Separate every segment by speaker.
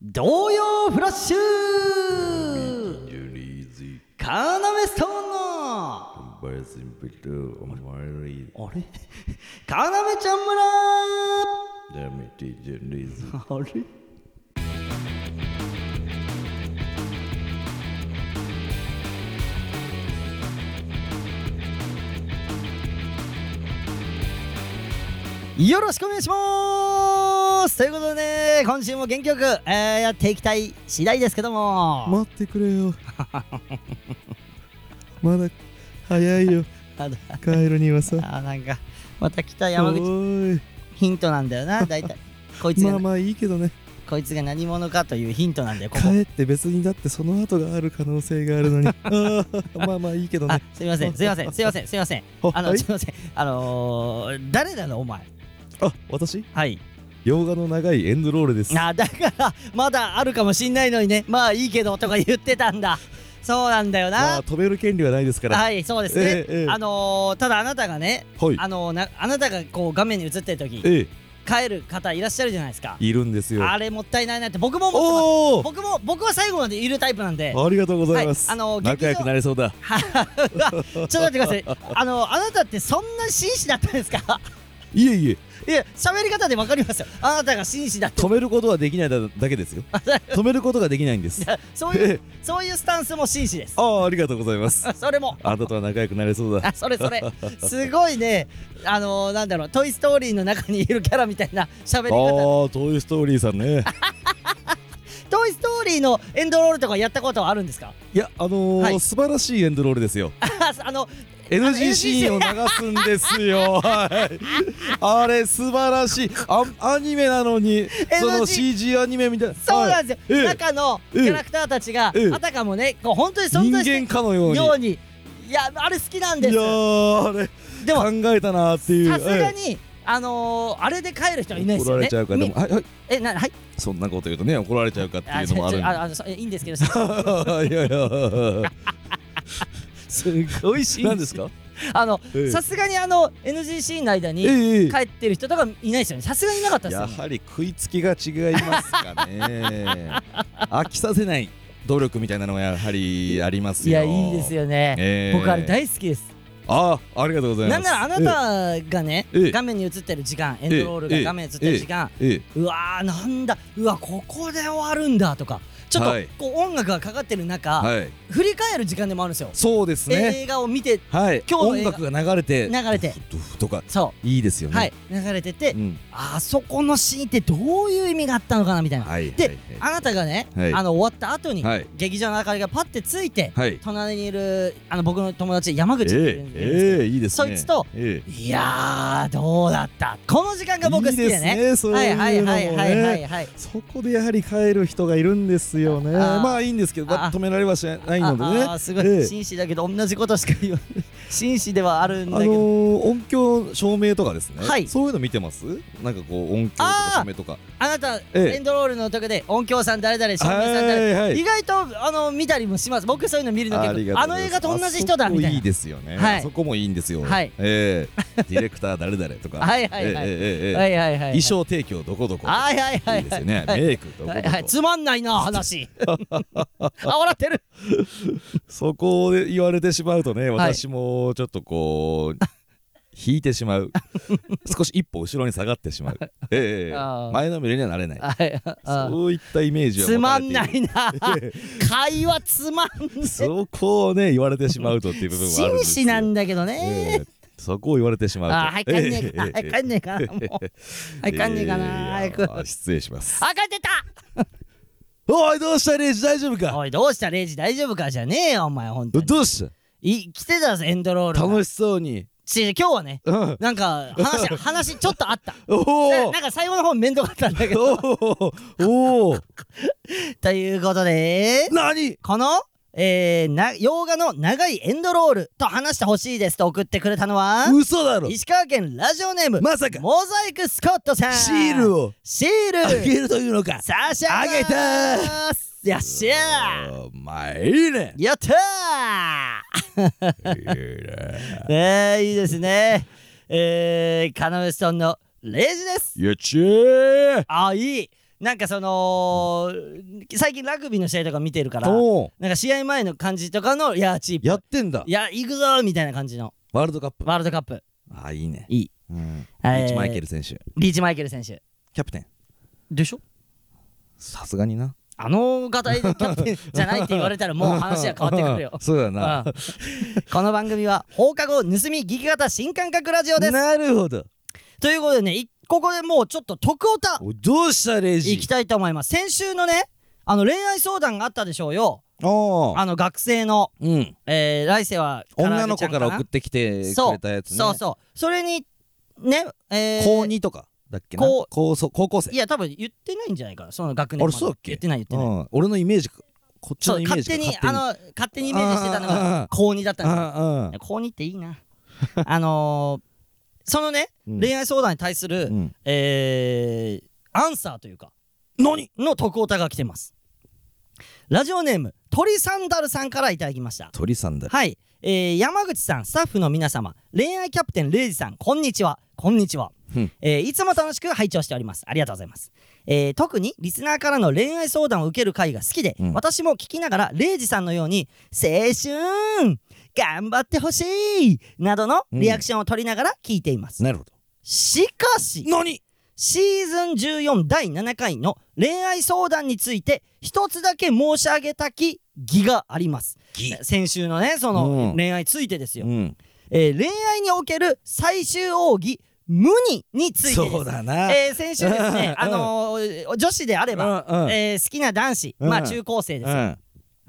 Speaker 1: 童謡フラッシュカーナメストーンのあれ カーナメちゃん村 あれよろしくお願いしますということで、ね、今週も元気よく、えーやっていきたい次第ですけども、
Speaker 2: 待ってくれよ まだ早いよ
Speaker 1: あの
Speaker 2: 帰るにはさ
Speaker 1: あーなんかまた北
Speaker 2: お
Speaker 1: 山口
Speaker 2: ーい
Speaker 1: ヒントなんだよ な大体こいつが、
Speaker 2: まあまあいいけどね
Speaker 1: こいつが何者かというヒントなんだよここ
Speaker 2: 帰って別にだってその後がある可能性があ るのにあーまあまあいいけど
Speaker 1: あ
Speaker 2: ね
Speaker 1: すみませんすみませんすみませんすみませんあの
Speaker 2: はい
Speaker 1: すみませんあのー誰なのお前
Speaker 2: あ私
Speaker 1: はい
Speaker 2: 洋画の長いエンドロールです
Speaker 1: あだからまだあるかもしんないのにねまあいいけどとか言ってたんだそうなんだよ
Speaker 2: まあ
Speaker 1: な、
Speaker 2: 止める権利はないですからは
Speaker 1: はいそうですね、
Speaker 2: ええええ
Speaker 1: あのーただあなたがね
Speaker 2: い
Speaker 1: あのーなあなたがこう画面に映ってる時
Speaker 2: ええ
Speaker 1: 帰る方いらっしゃるじゃないですか
Speaker 2: いるんですよ
Speaker 1: あれもったいないなって僕も思ってます
Speaker 2: お
Speaker 1: 僕も僕は最後までいるタイプなんで
Speaker 2: おありがとうございます
Speaker 1: はいあの劇場
Speaker 2: 仲良くなれそうだ
Speaker 1: ちょっと待ってください。あの、あなたってそんな紳士だったんですか
Speaker 2: いえいえ
Speaker 1: いや、喋り方でわかりますよ。あなたが紳士だって。
Speaker 2: 止めることはできないだだけですよ止めることができない んです
Speaker 1: そう
Speaker 2: え
Speaker 1: い
Speaker 2: え
Speaker 1: う、そういうスタンスも紳士です。
Speaker 2: ああありがとうございます
Speaker 1: それも。
Speaker 2: あなたとは仲良くなれそうだ
Speaker 1: あそれそれ。すごいね、あのなんだろう、トイ・ストーリーの中にいるキャラみたいな喋り
Speaker 2: あ
Speaker 1: 方。
Speaker 2: ー、トイ・ストーリーさんね。
Speaker 1: トイ・ストーリーのエンドロールとかやったことはあるんですか
Speaker 2: いや、あのー
Speaker 1: はい
Speaker 2: 素晴らしいエンドロールですよ。
Speaker 1: ああの、
Speaker 2: NG シーンを流すんですよ。はい。あれ、素晴らしい。あアニメなのに、その CG アニメみたいな。
Speaker 1: そうなんですよ。
Speaker 2: はい
Speaker 1: 中のキャラクターたちが
Speaker 2: ええ、
Speaker 1: あたかもね、こう本当に
Speaker 2: ええ
Speaker 1: 存在して
Speaker 2: 人間かのよう
Speaker 1: る
Speaker 2: に。
Speaker 1: ように。いや、あれ好きなんで
Speaker 2: い
Speaker 1: す
Speaker 2: や。ー、あれ、
Speaker 1: でも、
Speaker 2: 考えたなーっていう。
Speaker 1: さすがに、あのー、あれで帰る人はいないですよ
Speaker 2: 怒ら
Speaker 1: ね。
Speaker 2: れちゃうから、で
Speaker 1: み
Speaker 2: も、はい、はい、
Speaker 1: え、な、はい、
Speaker 2: そんなこと言うとね、怒られちゃうかってい
Speaker 1: あ、
Speaker 2: う
Speaker 1: ち
Speaker 2: の
Speaker 1: ょちょ
Speaker 2: もあるんで。
Speaker 1: ああのそいいん ですけど、す
Speaker 2: いやいや、
Speaker 1: すごいシ
Speaker 2: 何ですか。
Speaker 1: あの、
Speaker 2: ええ
Speaker 1: さすがにあの NGC の間
Speaker 2: ええ
Speaker 1: に
Speaker 2: ええ
Speaker 1: 帰ってる人とかいないですよね。さすがにいなかったです
Speaker 2: や
Speaker 1: よ、ね。
Speaker 2: はり食いつきが違いますかね 飽きさせない努力みたいなのはやはりあります
Speaker 1: い
Speaker 2: よ
Speaker 1: や、いいです、よね。
Speaker 2: えー
Speaker 1: 僕あれ大好きです。
Speaker 2: あありがとうございます
Speaker 1: なんならあなたがね、
Speaker 2: ええ
Speaker 1: 画面に映ってる時間、エンドロールが画面に映ってる時間、
Speaker 2: ええええ
Speaker 1: うわー、なんだ、うわ、ここで終わるんだとか、ちょっと
Speaker 2: はい
Speaker 1: こう音楽がかかってる中、
Speaker 2: はい
Speaker 1: 振り返る時間でもあるんですよ。
Speaker 2: そうですね、
Speaker 1: 映画を見て、
Speaker 2: はい
Speaker 1: 今日の
Speaker 2: 音
Speaker 1: 映画
Speaker 2: 楽が流れて
Speaker 1: 流れて
Speaker 2: ドゥフとか
Speaker 1: そう。
Speaker 2: いいですよね
Speaker 1: はい、流れてて、
Speaker 2: うん
Speaker 1: あそこのシーンってどういう意味があったのかなみたいな、
Speaker 2: はい
Speaker 1: で、
Speaker 2: はい
Speaker 1: あなたがね、
Speaker 2: はい
Speaker 1: あの終わった後に、
Speaker 2: はい
Speaker 1: 劇場の明かりがパッてついて、
Speaker 2: はい
Speaker 1: 隣にいるあの僕の友達山
Speaker 2: え
Speaker 1: 口っていうんですけど、
Speaker 2: えええいいですね
Speaker 1: そいつと
Speaker 2: ええ
Speaker 1: いやーどうだったこの時間が僕好きで
Speaker 2: いい
Speaker 1: ね
Speaker 2: ですねそう
Speaker 1: はいいう
Speaker 2: のもね
Speaker 1: はいはいはいはいはい
Speaker 2: そこでやはり帰る人がいるんですよね
Speaker 1: あー
Speaker 2: まあいいんですけど
Speaker 1: あー
Speaker 2: 止められはしない
Speaker 1: あ
Speaker 2: のでね
Speaker 1: あーすごい、
Speaker 2: ええ
Speaker 1: 紳士だけど同じことしか言わない紳士ではあるんだ
Speaker 2: あ
Speaker 1: け
Speaker 2: の
Speaker 1: ど、
Speaker 2: ー、音響照明とかですね、
Speaker 1: はい
Speaker 2: そういうの見てますなんかこう音響とか照明とか
Speaker 1: あなた、
Speaker 2: ええ
Speaker 1: エンドロールの時で音響さん誰々照明さん誰々、
Speaker 2: はいはい
Speaker 1: 意外とあの見たりもします僕そういうの見るの
Speaker 2: り
Speaker 1: 結
Speaker 2: が
Speaker 1: 構
Speaker 2: と
Speaker 1: あ
Speaker 2: う
Speaker 1: の
Speaker 2: ござ
Speaker 1: 映画と同
Speaker 2: います
Speaker 1: じ人だみた
Speaker 2: あ
Speaker 1: い
Speaker 2: そこいいですよね、
Speaker 1: はい
Speaker 2: あそこもいいんですよ
Speaker 1: はい
Speaker 2: ええディレクター誰々とか
Speaker 1: なはいはい
Speaker 2: ええ
Speaker 1: はい、
Speaker 2: ええええ
Speaker 1: はいはいはいはい
Speaker 2: 衣装提供どこどこ
Speaker 1: はいはいはいはい
Speaker 2: いですよね、メイクどこどこ、
Speaker 1: はいはいつまんないな 話あ笑ってる
Speaker 2: そこで言われてしまうとね
Speaker 1: はい
Speaker 2: 私もちょっとこう引いてし まう少し一歩後ろに下がってしまう、ええええ
Speaker 1: あー
Speaker 2: 前のめりにはなれない
Speaker 1: はいあ
Speaker 2: そういったイメージを
Speaker 1: つ
Speaker 2: 持
Speaker 1: ま
Speaker 2: たれて
Speaker 1: ん
Speaker 2: いる
Speaker 1: ないな会話つまんない
Speaker 2: そこをね言われてしまうとっていう部分はあるんで
Speaker 1: 紳
Speaker 2: す
Speaker 1: 士なんだけど
Speaker 2: え
Speaker 1: ね
Speaker 2: えそこを言われてしまうと。
Speaker 1: あーはい帰んねえかな
Speaker 2: え
Speaker 1: はい帰んねえかなもうはい帰んねえかな
Speaker 2: え
Speaker 1: 早
Speaker 2: え
Speaker 1: く
Speaker 2: あー失礼します。
Speaker 1: あ帰ってた
Speaker 2: おいどうしたレイジ大丈夫か。
Speaker 1: おいどうしたレイジ大丈夫かじゃねえよお前ほんと
Speaker 2: ど
Speaker 1: に
Speaker 2: どうし
Speaker 1: い来てたぞエンドロー
Speaker 2: た。
Speaker 1: ルが
Speaker 2: 楽しそうに。
Speaker 1: 違う今日はね
Speaker 2: うん。
Speaker 1: なんか話 話ちょっとあった
Speaker 2: お
Speaker 1: な
Speaker 2: お
Speaker 1: な。んか最後の方面倒かったんだけど
Speaker 2: おお。おお。
Speaker 1: ということで
Speaker 2: 何？
Speaker 1: この、えー、な洋画の長いエンドロールと話してほしいですと送ってくれたのは
Speaker 2: 嘘だろ。
Speaker 1: 石川県ラジオネーム、
Speaker 2: まさか
Speaker 1: モザイクスコットさん
Speaker 2: シール
Speaker 1: を
Speaker 2: を
Speaker 1: シー
Speaker 2: あ
Speaker 1: ル
Speaker 2: げるというのか。
Speaker 1: 差し上
Speaker 2: あげたー
Speaker 1: ますよっしゃ
Speaker 2: お前いいね。
Speaker 1: ーやったー
Speaker 2: いいね。
Speaker 1: ねえいいですねえー、カナウエストンのレイジです
Speaker 2: やっちー。
Speaker 1: あいいなんかその最近ラグビーの試合とか見てるから
Speaker 2: おー
Speaker 1: なんか試合前の感じとかのヤーチープ
Speaker 2: やってんだ
Speaker 1: いや行くぞーみたいな感じの
Speaker 2: ワールドカップ
Speaker 1: ワールドカップ
Speaker 2: あいいね
Speaker 1: いい
Speaker 2: うんリ
Speaker 1: はい
Speaker 2: ーチマイケル選手
Speaker 1: リーチマイケル選手
Speaker 2: キャプテン
Speaker 1: でしょ
Speaker 2: さすがにな。
Speaker 1: あの方でキャプテンじゃないって言われたらもう話が変わってくるよ
Speaker 2: そうだ な
Speaker 1: うんこの番組は放課後盗み聞き型新感覚ラジオです。
Speaker 2: なるほど
Speaker 1: ということでね、いここでもうちょっと徳オタ
Speaker 2: おどうしたレイジ
Speaker 1: いきたいと思います。先週のね、あの恋愛相談があったでしょうよ。
Speaker 2: おー
Speaker 1: あの学生の、
Speaker 2: うん
Speaker 1: えー、来世は唐揚げちゃん
Speaker 2: 女の子から
Speaker 1: な
Speaker 2: 送ってきてくれたやつね
Speaker 1: そうそう。それに、ね、えー、
Speaker 2: 高2とかだっけな
Speaker 1: 高
Speaker 2: 高そう高校生
Speaker 1: いや、多分言ってないんじゃないかな、その学年まで
Speaker 2: あれそうだっけ
Speaker 1: 言ってない言って
Speaker 2: う
Speaker 1: ない。
Speaker 2: ん俺のイメージかこっち
Speaker 1: そ
Speaker 2: の
Speaker 1: う
Speaker 2: イメー
Speaker 1: 勝
Speaker 2: ジか
Speaker 1: 手にあの勝手にイメージしてたの
Speaker 2: あーあーあ
Speaker 1: が
Speaker 2: ー
Speaker 1: 高2だったんですよ
Speaker 2: あ
Speaker 1: いや高2っていいな あのー、そのね、
Speaker 2: うん
Speaker 1: 恋愛相談に対する、
Speaker 2: うんうん
Speaker 1: えー、アンサーというか
Speaker 2: 何
Speaker 1: の徳オタが来てますラジオネーム鳥サンダルさんからいただきました
Speaker 2: 鳥さんだ
Speaker 1: はい、えー、山口さんスタッフの皆様恋愛キャプテンレイジさんこんにちはこんにちは
Speaker 2: うん
Speaker 1: えーいつも楽しく拝聴しております。ありがとうございます。えー特にリスナーからの恋愛相談を受ける回が好きで、
Speaker 2: うん
Speaker 1: 私も聞きながら、レイジさんのように、青春頑張ってほしいなどのリアクションを取りながら聞いています。
Speaker 2: なるほど
Speaker 1: しかし、
Speaker 2: 何
Speaker 1: シーズン14第7回の恋愛相談について、一つだけ申し上げたき義があります。
Speaker 2: ギ
Speaker 1: 先週のね、そ
Speaker 2: うん
Speaker 1: の恋愛ついてですよ。
Speaker 2: うん
Speaker 1: えー恋愛における最終奥義、無にについてです。
Speaker 2: そうだな、
Speaker 1: えー先週ですね あのー女子であれば、
Speaker 2: うんうん
Speaker 1: えー好きな男子、
Speaker 2: うん
Speaker 1: まあ中高生ですよ、
Speaker 2: うん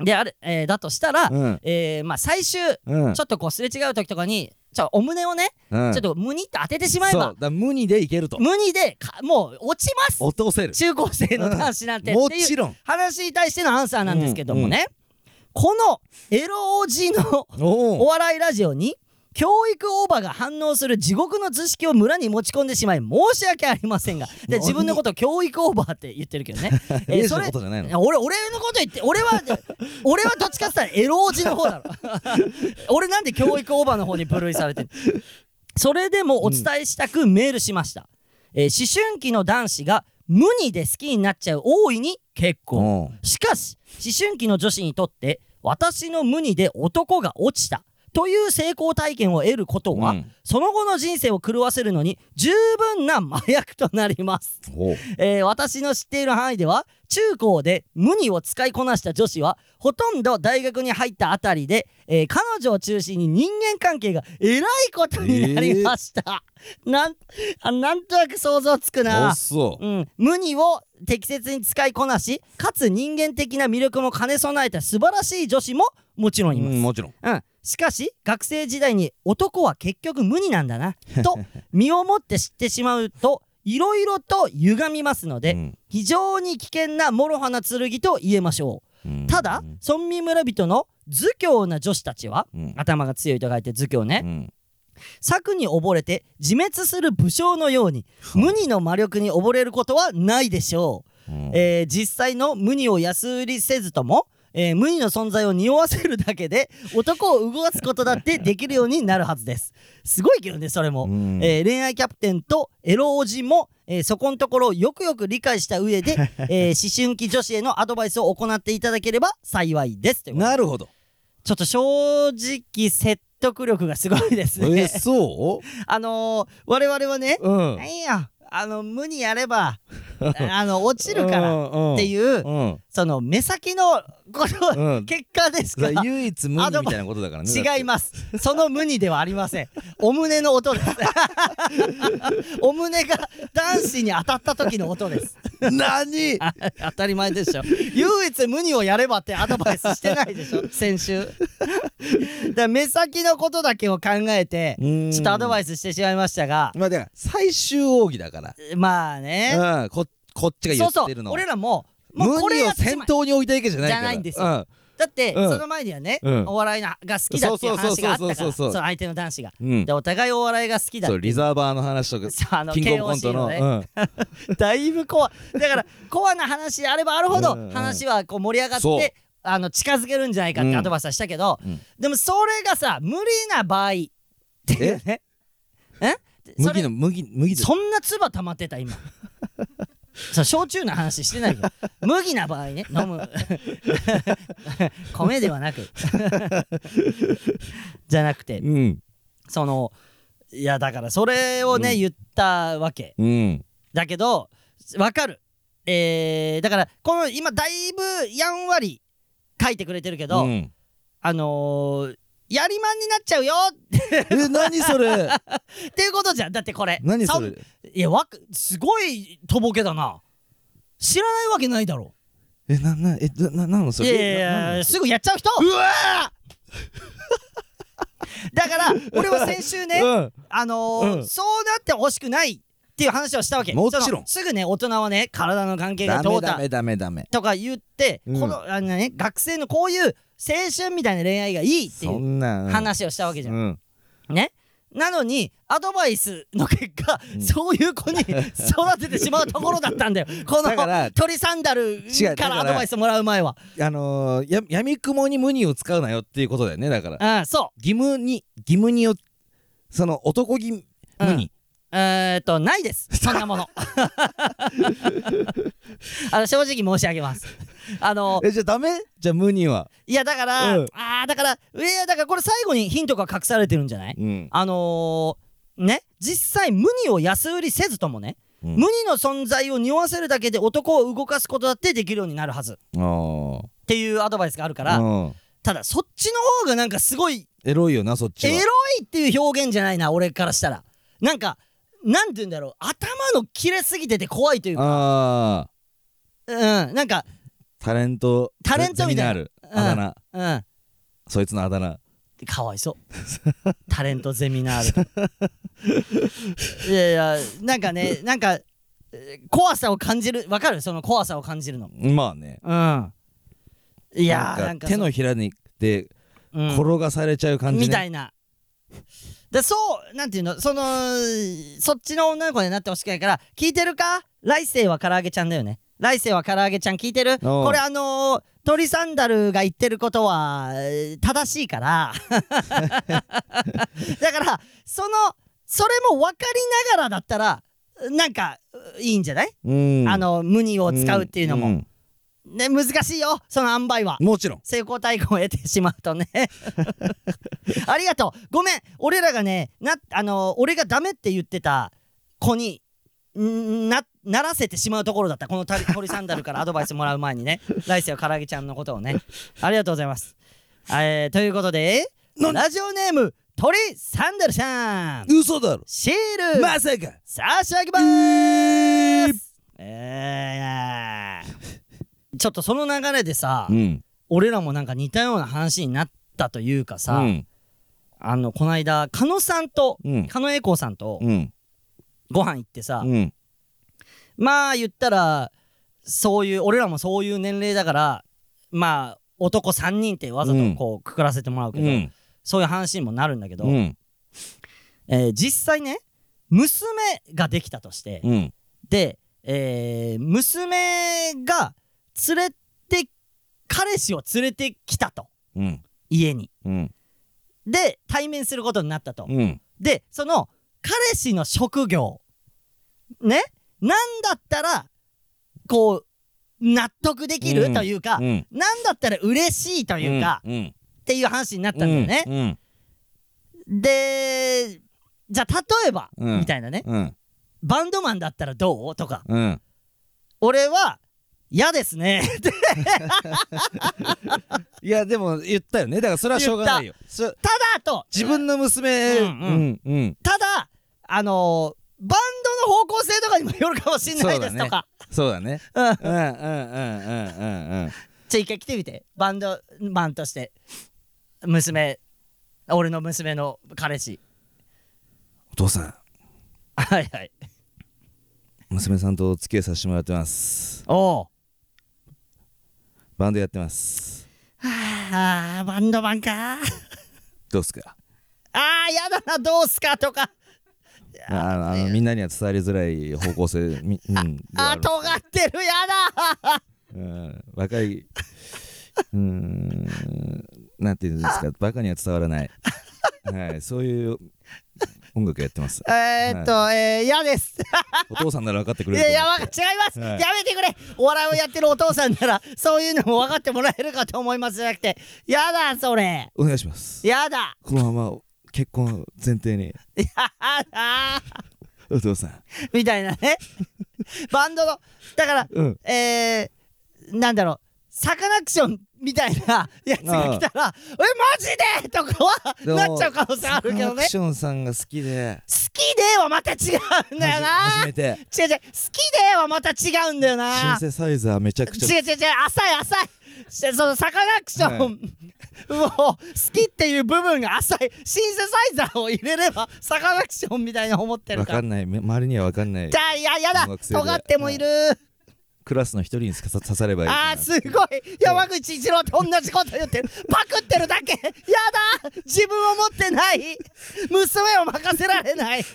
Speaker 1: である、えーだとしたら、
Speaker 2: うん
Speaker 1: えーまあ最終、
Speaker 2: うん
Speaker 1: ちょっとこうすれ違う時とかに、ちょお胸をね、
Speaker 2: うん
Speaker 1: ちょっと無にって当ててしまえ
Speaker 2: そう
Speaker 1: ば
Speaker 2: だ、から無にでいけると
Speaker 1: 無にでかもう落ちます、
Speaker 2: 落とせる
Speaker 1: 中高生の男子なんて、
Speaker 2: も
Speaker 1: ってい
Speaker 2: ち
Speaker 1: う
Speaker 2: ろん
Speaker 1: 話に対してのアンサーなんですけどもね、このエロ OG のお
Speaker 2: おお
Speaker 1: 笑いラジオに教育オーバーが反応する地獄の図式を村に持ち込んでしまい申し訳ありませんがで
Speaker 2: 何
Speaker 1: 自分のことを教育オーバーって言ってるけどね、え
Speaker 2: レイ
Speaker 1: ー
Speaker 2: ジ
Speaker 1: そ
Speaker 2: の
Speaker 1: れ
Speaker 2: ことじゃ ないの
Speaker 1: 俺俺のこと言って俺 は俺はどっちかって言ったらエロ王子の方だろ俺なんで教育オーバーの方に分類されてるそれでもお伝えしたくメールしました、えー思春期の男子が無にで好きになっちゃう大いに結構
Speaker 2: お
Speaker 1: しかし思春期の女子にとって私の無にで男が落ちたという成功体験を得ることは、
Speaker 2: うん
Speaker 1: その後の人生を狂わせるのに十分な麻薬となります、
Speaker 2: お
Speaker 1: えー私の知っている範囲では中高で無にを使いこなした女子はほとんど大学に入ったあたりで、えー彼女を中心に人間関係がえらいことになりました、 なんあなんとなく想像つくな
Speaker 2: おそう
Speaker 1: うん、無二を適切に使いこなしかつ人間的な魅力も兼ね備えた素晴らしい女子ももちろんいます、
Speaker 2: うんもちろん
Speaker 1: うん、しかし学生時代に男は結局無二なんだ なと身をもって知ってしまうといろいろと歪みますので、
Speaker 2: うん
Speaker 1: 非常に危険な諸刃の剣と言えましょう
Speaker 2: うん
Speaker 1: ただ村民村人の儒教な女子たちは
Speaker 2: うん
Speaker 1: 頭が強いと書いて儒教ね、
Speaker 2: うん
Speaker 1: 策に溺れて自滅する武将のように無二の魔力に溺れることはないでしょ
Speaker 2: う
Speaker 1: う、
Speaker 2: ん
Speaker 1: えー実際の無二を安売りせずとも、えー無二の存在を匂わせるだけで男を動かすことだってできるようになるはずですすごいけどねそれも、
Speaker 2: うん
Speaker 1: えー恋愛キャプテンとエロ王子も、えーそこのところをよくよく理解した上で、 えー思春期女子へのアドバイスを行っていただければ幸いですということで
Speaker 2: なるほど
Speaker 1: ちょっと正直説得力がすごいです
Speaker 2: え
Speaker 1: ね
Speaker 2: ーそ
Speaker 1: あのー、我々はね、
Speaker 2: ううん
Speaker 1: なんや、あの、無にやれば、 あの、落ちるから
Speaker 2: ら
Speaker 1: っていう、
Speaker 2: うん
Speaker 1: その、目先のこと、
Speaker 2: うん
Speaker 1: 結果です
Speaker 2: だ
Speaker 1: か
Speaker 2: から
Speaker 1: ら、
Speaker 2: 唯一無二みたいなことだからねだって
Speaker 1: 違います。その無にではありません。 お胸の音です。 お胸が男子に当たった時の音 です。
Speaker 2: 何
Speaker 1: あ当たり前でしょ。 唯一無にをやればってアドバイスしてないで しょ、先週。 だから目先のことだけを考えて、ちょっとアドバ
Speaker 2: イ
Speaker 1: イスしてしまいましたが、
Speaker 2: まあだから最終奥義だから
Speaker 1: まあね。
Speaker 2: うんここっちが言
Speaker 1: そうそ
Speaker 2: って
Speaker 1: う
Speaker 2: るのは
Speaker 1: 俺らももうこ
Speaker 2: 無
Speaker 1: れ
Speaker 2: 二
Speaker 1: や
Speaker 2: を
Speaker 1: ってし
Speaker 2: 先
Speaker 1: まえ
Speaker 2: 頭に置いたいけじゃないから
Speaker 1: じゃないんですよ
Speaker 2: うん
Speaker 1: だって、
Speaker 2: うん
Speaker 1: その前にはね、
Speaker 2: うん
Speaker 1: お笑いなが好きだっていう話があったから
Speaker 2: そ
Speaker 1: そう
Speaker 2: そうそうそうそうそう
Speaker 1: の相手の男子が、
Speaker 2: うん
Speaker 1: でお互いお笑いが好きだって
Speaker 2: そう
Speaker 1: いう
Speaker 2: リザーバーの話とか
Speaker 1: そうあの
Speaker 2: キングオブコン
Speaker 1: KOC
Speaker 2: ト
Speaker 1: の
Speaker 2: の
Speaker 1: ね
Speaker 2: うん
Speaker 1: だいぶコアだ からコアな話であればあるほど、
Speaker 2: うんうん
Speaker 1: 話はこう盛り上がっ
Speaker 2: そう
Speaker 1: てあの近づけるんじゃないかっ
Speaker 2: う
Speaker 1: て
Speaker 2: ん
Speaker 1: アドバイスはしたけど、
Speaker 2: うん
Speaker 1: でもそれがさ無理な場合っていうねえそれ
Speaker 2: 麦の麦麦で
Speaker 1: そんな唾溜まってた今 そう焼酎の話してないよ 麦な場合ね飲む 米ではなく じゃなくて
Speaker 2: うん
Speaker 1: そのいやだからそれをね、
Speaker 2: うん
Speaker 1: 言ったわけ
Speaker 2: うん
Speaker 1: だけどわかるえー、だからこの今だいぶやんわり書いてくれてるけど、
Speaker 2: うん
Speaker 1: あのー、やりまんになっちゃうよ
Speaker 2: え何 それ
Speaker 1: っていうことじゃんだってこれ
Speaker 2: 何それ
Speaker 1: さんいやわくすごいとぼけだな知らないわけないだろ
Speaker 2: えななえなななんのそ
Speaker 1: い
Speaker 2: れ
Speaker 1: やい
Speaker 2: な
Speaker 1: やい
Speaker 2: なん
Speaker 1: やすぐやっちゃう人
Speaker 2: うわ
Speaker 1: だから俺は先週ね、
Speaker 2: ー
Speaker 1: あのー
Speaker 2: うん
Speaker 1: そうなってほしくないっていう話をしたわけ
Speaker 2: もちろん
Speaker 1: そのすぐね大人はね体の関係がど
Speaker 2: う
Speaker 1: うん
Speaker 2: ダ
Speaker 1: だ
Speaker 2: メダメダメダメ
Speaker 1: とか言って、
Speaker 2: うん
Speaker 1: このあの、ね、学生のこういう青春みたいな恋愛がいいってい
Speaker 2: そ
Speaker 1: うん
Speaker 2: な
Speaker 1: 話をしたわけじ
Speaker 2: う
Speaker 1: ゃん、
Speaker 2: ん
Speaker 1: ねなのにアドバイスの結果、
Speaker 2: うん
Speaker 1: そういう子に育ててしまうところだったんだよこの
Speaker 2: だから
Speaker 1: 鳥サンダル
Speaker 2: 違うだ
Speaker 1: か
Speaker 2: からら
Speaker 1: アドバイスもらう前は
Speaker 2: あのーや闇雲に無にを使うなよっていうことだよねだから
Speaker 1: うんそ
Speaker 2: 義務に義務によその男義務
Speaker 1: う、うん
Speaker 2: に
Speaker 1: えーっとない ですそんなもの あの正直申し上げますあの
Speaker 2: えじゃあダメじゃあ無にはい
Speaker 1: やだから、
Speaker 2: うん
Speaker 1: ああだからいやだからこれ最後にヒントが隠されてるんじゃない
Speaker 2: うん
Speaker 1: あのーね実際無二を安売りせずともね、
Speaker 2: うん
Speaker 1: 無二の存在を匂わせるだけで男を動かすことだってできるようになるはずっ
Speaker 2: あー
Speaker 1: ていうアドバイスがあるから、
Speaker 2: うん
Speaker 1: ただそっちの方がなんかすごい
Speaker 2: エロいよなそっちは
Speaker 1: エロいっていう表現じゃないな俺からしたらなんかなんて言うんだろう頭の切れすぎてて怖いというか
Speaker 2: ああ
Speaker 1: うんなんか
Speaker 2: タレント
Speaker 1: タレントみたいな
Speaker 2: ゼミナール
Speaker 1: うん
Speaker 2: あだ
Speaker 1: う
Speaker 2: 名
Speaker 1: ん
Speaker 2: そいつのあだ名
Speaker 1: かわいそう タレントゼミナールいやいやなんかねなんかえー怖さを感じるわかるその怖さを感じるの
Speaker 2: まあね
Speaker 1: うんいやー
Speaker 2: な
Speaker 1: なんん
Speaker 2: か
Speaker 1: か
Speaker 2: 手のひらにで
Speaker 1: うん
Speaker 2: 転がされちゃう感じね
Speaker 1: みたいなでそうなんていうのそのそっちの女の子になってほしくないから聞いてるか来世は唐揚げちゃんだよね来世は唐揚げちゃん聞いてる
Speaker 2: おう
Speaker 1: これあのー鳥サンダルが言ってることはえー正しいから だからそのそれも分かりながらだったらなんかいいんじゃない、
Speaker 2: うん
Speaker 1: あの無二を使うっていうのも、
Speaker 2: ん
Speaker 1: ね難しいよその塩梅は
Speaker 2: もちろん
Speaker 1: 成功体験を得てしまうとねありがとうごめん俺らがねなあの俺がダメって言ってた子にんなならせてしまうところだったこのた鳥サンダルからアドバイスもらう前にね来世は唐揚げちゃんのことをねありがとうございます、えーということで
Speaker 2: なん
Speaker 1: ラジオネーム鳥サンダルさん
Speaker 2: 嘘だろ
Speaker 1: シール、
Speaker 2: まさか
Speaker 1: 差し上げまーすえー、ちょっとその流れでさ、
Speaker 2: うん
Speaker 1: 俺らもなんか似たような話になったというかさ、
Speaker 2: うん
Speaker 1: あのこの間狩野さんと
Speaker 2: うん
Speaker 1: 狩野英孝さんと
Speaker 2: うん
Speaker 1: ご飯行ってさ、
Speaker 2: うん
Speaker 1: まあ言ったらそういう俺らもそういう年齢だからまあ男3人ってわざとこうくくらせてもらうけ
Speaker 2: う
Speaker 1: ど、
Speaker 2: ん
Speaker 1: そういう話にもなるんだけど、
Speaker 2: うん
Speaker 1: えー実際ね娘ができたとして、
Speaker 2: うん
Speaker 1: で、えー娘が連れて彼氏を連れてきたと
Speaker 2: うん
Speaker 1: 家に。
Speaker 2: うん
Speaker 1: で対面することになったと、
Speaker 2: うん
Speaker 1: でその彼氏の職業ねなんだったらこう納得でき
Speaker 2: う
Speaker 1: る
Speaker 2: ん
Speaker 1: というか、
Speaker 2: うん
Speaker 1: なんだったら嬉しいというか、
Speaker 2: うん
Speaker 1: っていう話になったんだよね、
Speaker 2: ね
Speaker 1: でじゃあ例えば、
Speaker 2: うん
Speaker 1: みたいなね
Speaker 2: うん
Speaker 1: バンドマンだったらどうとか
Speaker 2: うん
Speaker 1: 俺は嫌ですね って
Speaker 2: いやでも言ったよねだからそれはしょうがないよそ
Speaker 1: ただと
Speaker 2: 自分の娘
Speaker 1: うんうん
Speaker 2: うん
Speaker 1: ただあのーバンドの方向性とかにもよるかもしれないですとか
Speaker 2: そうだね
Speaker 1: うん
Speaker 2: うんうんうんうんうんうん
Speaker 1: ちょ一回来てみてバンドマンとして娘俺の娘の彼氏
Speaker 2: お父さん
Speaker 1: はいはい
Speaker 2: 娘さんとお付き合いさせてもらってます
Speaker 1: おお
Speaker 2: バンドやってます
Speaker 1: はあバンドマンかあ
Speaker 2: どうっすか
Speaker 1: あやだなどうすかとか
Speaker 2: ああのあのみんなには伝わりづらい方向性み、うん、では
Speaker 1: あ
Speaker 2: ある
Speaker 1: 尖ってるやだ
Speaker 2: うん、若い うーんなんていうんですかバカには伝わらない、はい、そういう音楽やってます
Speaker 1: えーっと、えー、嫌です。
Speaker 2: お父さんなら分かってく
Speaker 1: い
Speaker 2: れると
Speaker 1: やい
Speaker 2: 思う
Speaker 1: や、わか違います、
Speaker 2: はい
Speaker 1: やめてくれお笑いをやってるお父さんなら、そういうのも分かってもらえるかと思いますじゃなくて、やだ、それ
Speaker 2: お願いします
Speaker 1: やだ
Speaker 2: このまま結婚を前提に
Speaker 1: やだ
Speaker 2: お父さん
Speaker 1: みたいなね。バンドの、だから、
Speaker 2: うん
Speaker 1: えー、なんだろう、サカナクションみたいなやつが来たら、え、マジでとかは、
Speaker 2: でも
Speaker 1: なっちゃう可能性あ
Speaker 2: サ
Speaker 1: る
Speaker 2: カ
Speaker 1: け
Speaker 2: ナ
Speaker 1: ど
Speaker 2: ク
Speaker 1: ね。
Speaker 2: ションさんが好きで
Speaker 1: 好きではまた違うんだよな
Speaker 2: 初。めて
Speaker 1: 違う違う、好きではまた違うんだよな。
Speaker 2: シンセサイザーめちゃくちゃ
Speaker 1: 違う違う違う浅い浅いしそのサカナクション、
Speaker 2: は
Speaker 1: を好きっていう部分が浅いシンセサイザーを入れればサカナクションみたいな思ってる
Speaker 2: わ
Speaker 1: から
Speaker 2: かんないめ周りにはわかんない
Speaker 1: じゃあいややだ
Speaker 2: 音楽性で
Speaker 1: 尖ってもいる、
Speaker 2: クラスの一人に刺さ刺さればいい
Speaker 1: あーすごい山口一郎と同じこと言ってるパクってるだけやだ自分を持ってない娘を任せられない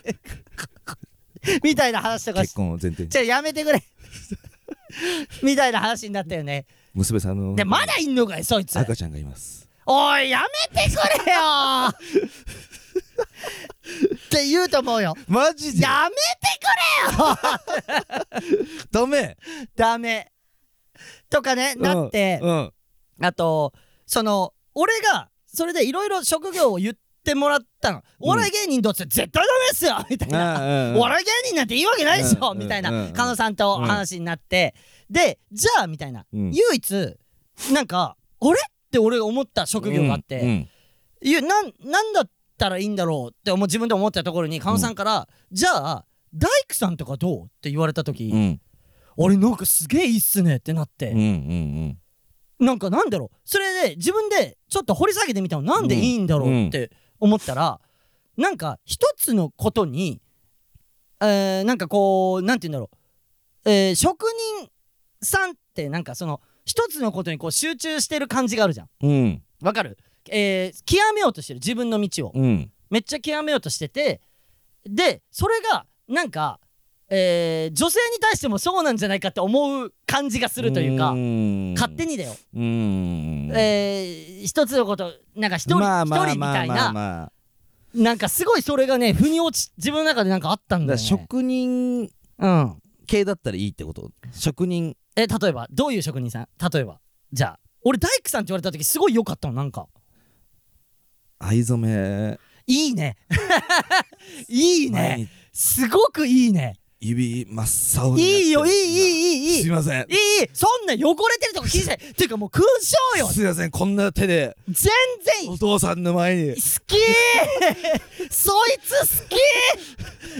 Speaker 1: みたいな話とかし
Speaker 2: 結婚を前提に
Speaker 1: じゃあやめてくれみたいな話になったよね
Speaker 2: 娘さんの
Speaker 1: でまだいんのかいそいつ
Speaker 2: 赤ちゃんがいます
Speaker 1: おいやめてくれよーって言うと思うよ
Speaker 2: マジ
Speaker 1: やめてくれよー
Speaker 2: ダメ
Speaker 1: ダメとかねなって、
Speaker 2: うん
Speaker 1: あとその俺がそれでいろいろ職業を言ってもらったのお笑い芸人どうせ絶対ダメっすよ みたいな、お笑い芸人なんていいわけないでしょ、
Speaker 2: うん
Speaker 1: みたいな、
Speaker 2: う
Speaker 1: 狩
Speaker 2: んうん
Speaker 1: 野さんと話になって、でじゃあみたいな、
Speaker 2: うん
Speaker 1: 唯一なんかあれって俺が思った職業があって、いやなんなんだったらいいんだろうって思う自分で思ってたところに狩野さんから、じゃあ大工さんとかどうって言われた時、
Speaker 2: うん
Speaker 1: 俺なんかすげえいいっすねってなって
Speaker 2: うんう、ん
Speaker 1: なんかなんだろうそれで自分でちょっと掘り下げてみたのなんでいいんだろうって思ったら、なんか一つのことに、えーなんかこうなんて言うんだろう、えー職人さんってなんかその一つのことにこう集中してる感じがあるじゃん
Speaker 2: うんうん
Speaker 1: わかる、えー極めようとしてる自分の道を
Speaker 2: うん
Speaker 1: めっちゃ極めようとしててでそれがなんか、えー女性に対してもそうなんじゃないかって思う感じがするというか、勝手
Speaker 2: に
Speaker 1: にだよ、
Speaker 2: うん
Speaker 1: えー一つのことなんか一人、
Speaker 2: まあまあ
Speaker 1: 一人みたい
Speaker 2: まあまあ
Speaker 1: な
Speaker 2: まあ
Speaker 1: なんかすごいそれがね腑に落ち自分の中でなんかあったん
Speaker 2: だ
Speaker 1: だ
Speaker 2: か
Speaker 1: よね
Speaker 2: ら職人
Speaker 1: うん
Speaker 2: 系だったらいいってこと職人
Speaker 1: え例えばどういう職人さん例えばじゃあ俺大工さんって言われた時すごい良かったのなんか
Speaker 2: 藍染め
Speaker 1: いい ねいい
Speaker 2: 前
Speaker 1: ね
Speaker 2: に
Speaker 1: すごくいいね
Speaker 2: 指真っ青になっ
Speaker 1: い
Speaker 2: て
Speaker 1: いよいいいいいいいいいい
Speaker 2: すいません
Speaker 1: いそんな汚れてるとこ気にしないっていうかもう勲章よ
Speaker 2: すいませんこんな手で
Speaker 1: 全然
Speaker 2: お父さんの前
Speaker 1: 好
Speaker 2: に
Speaker 1: きーそいつ好き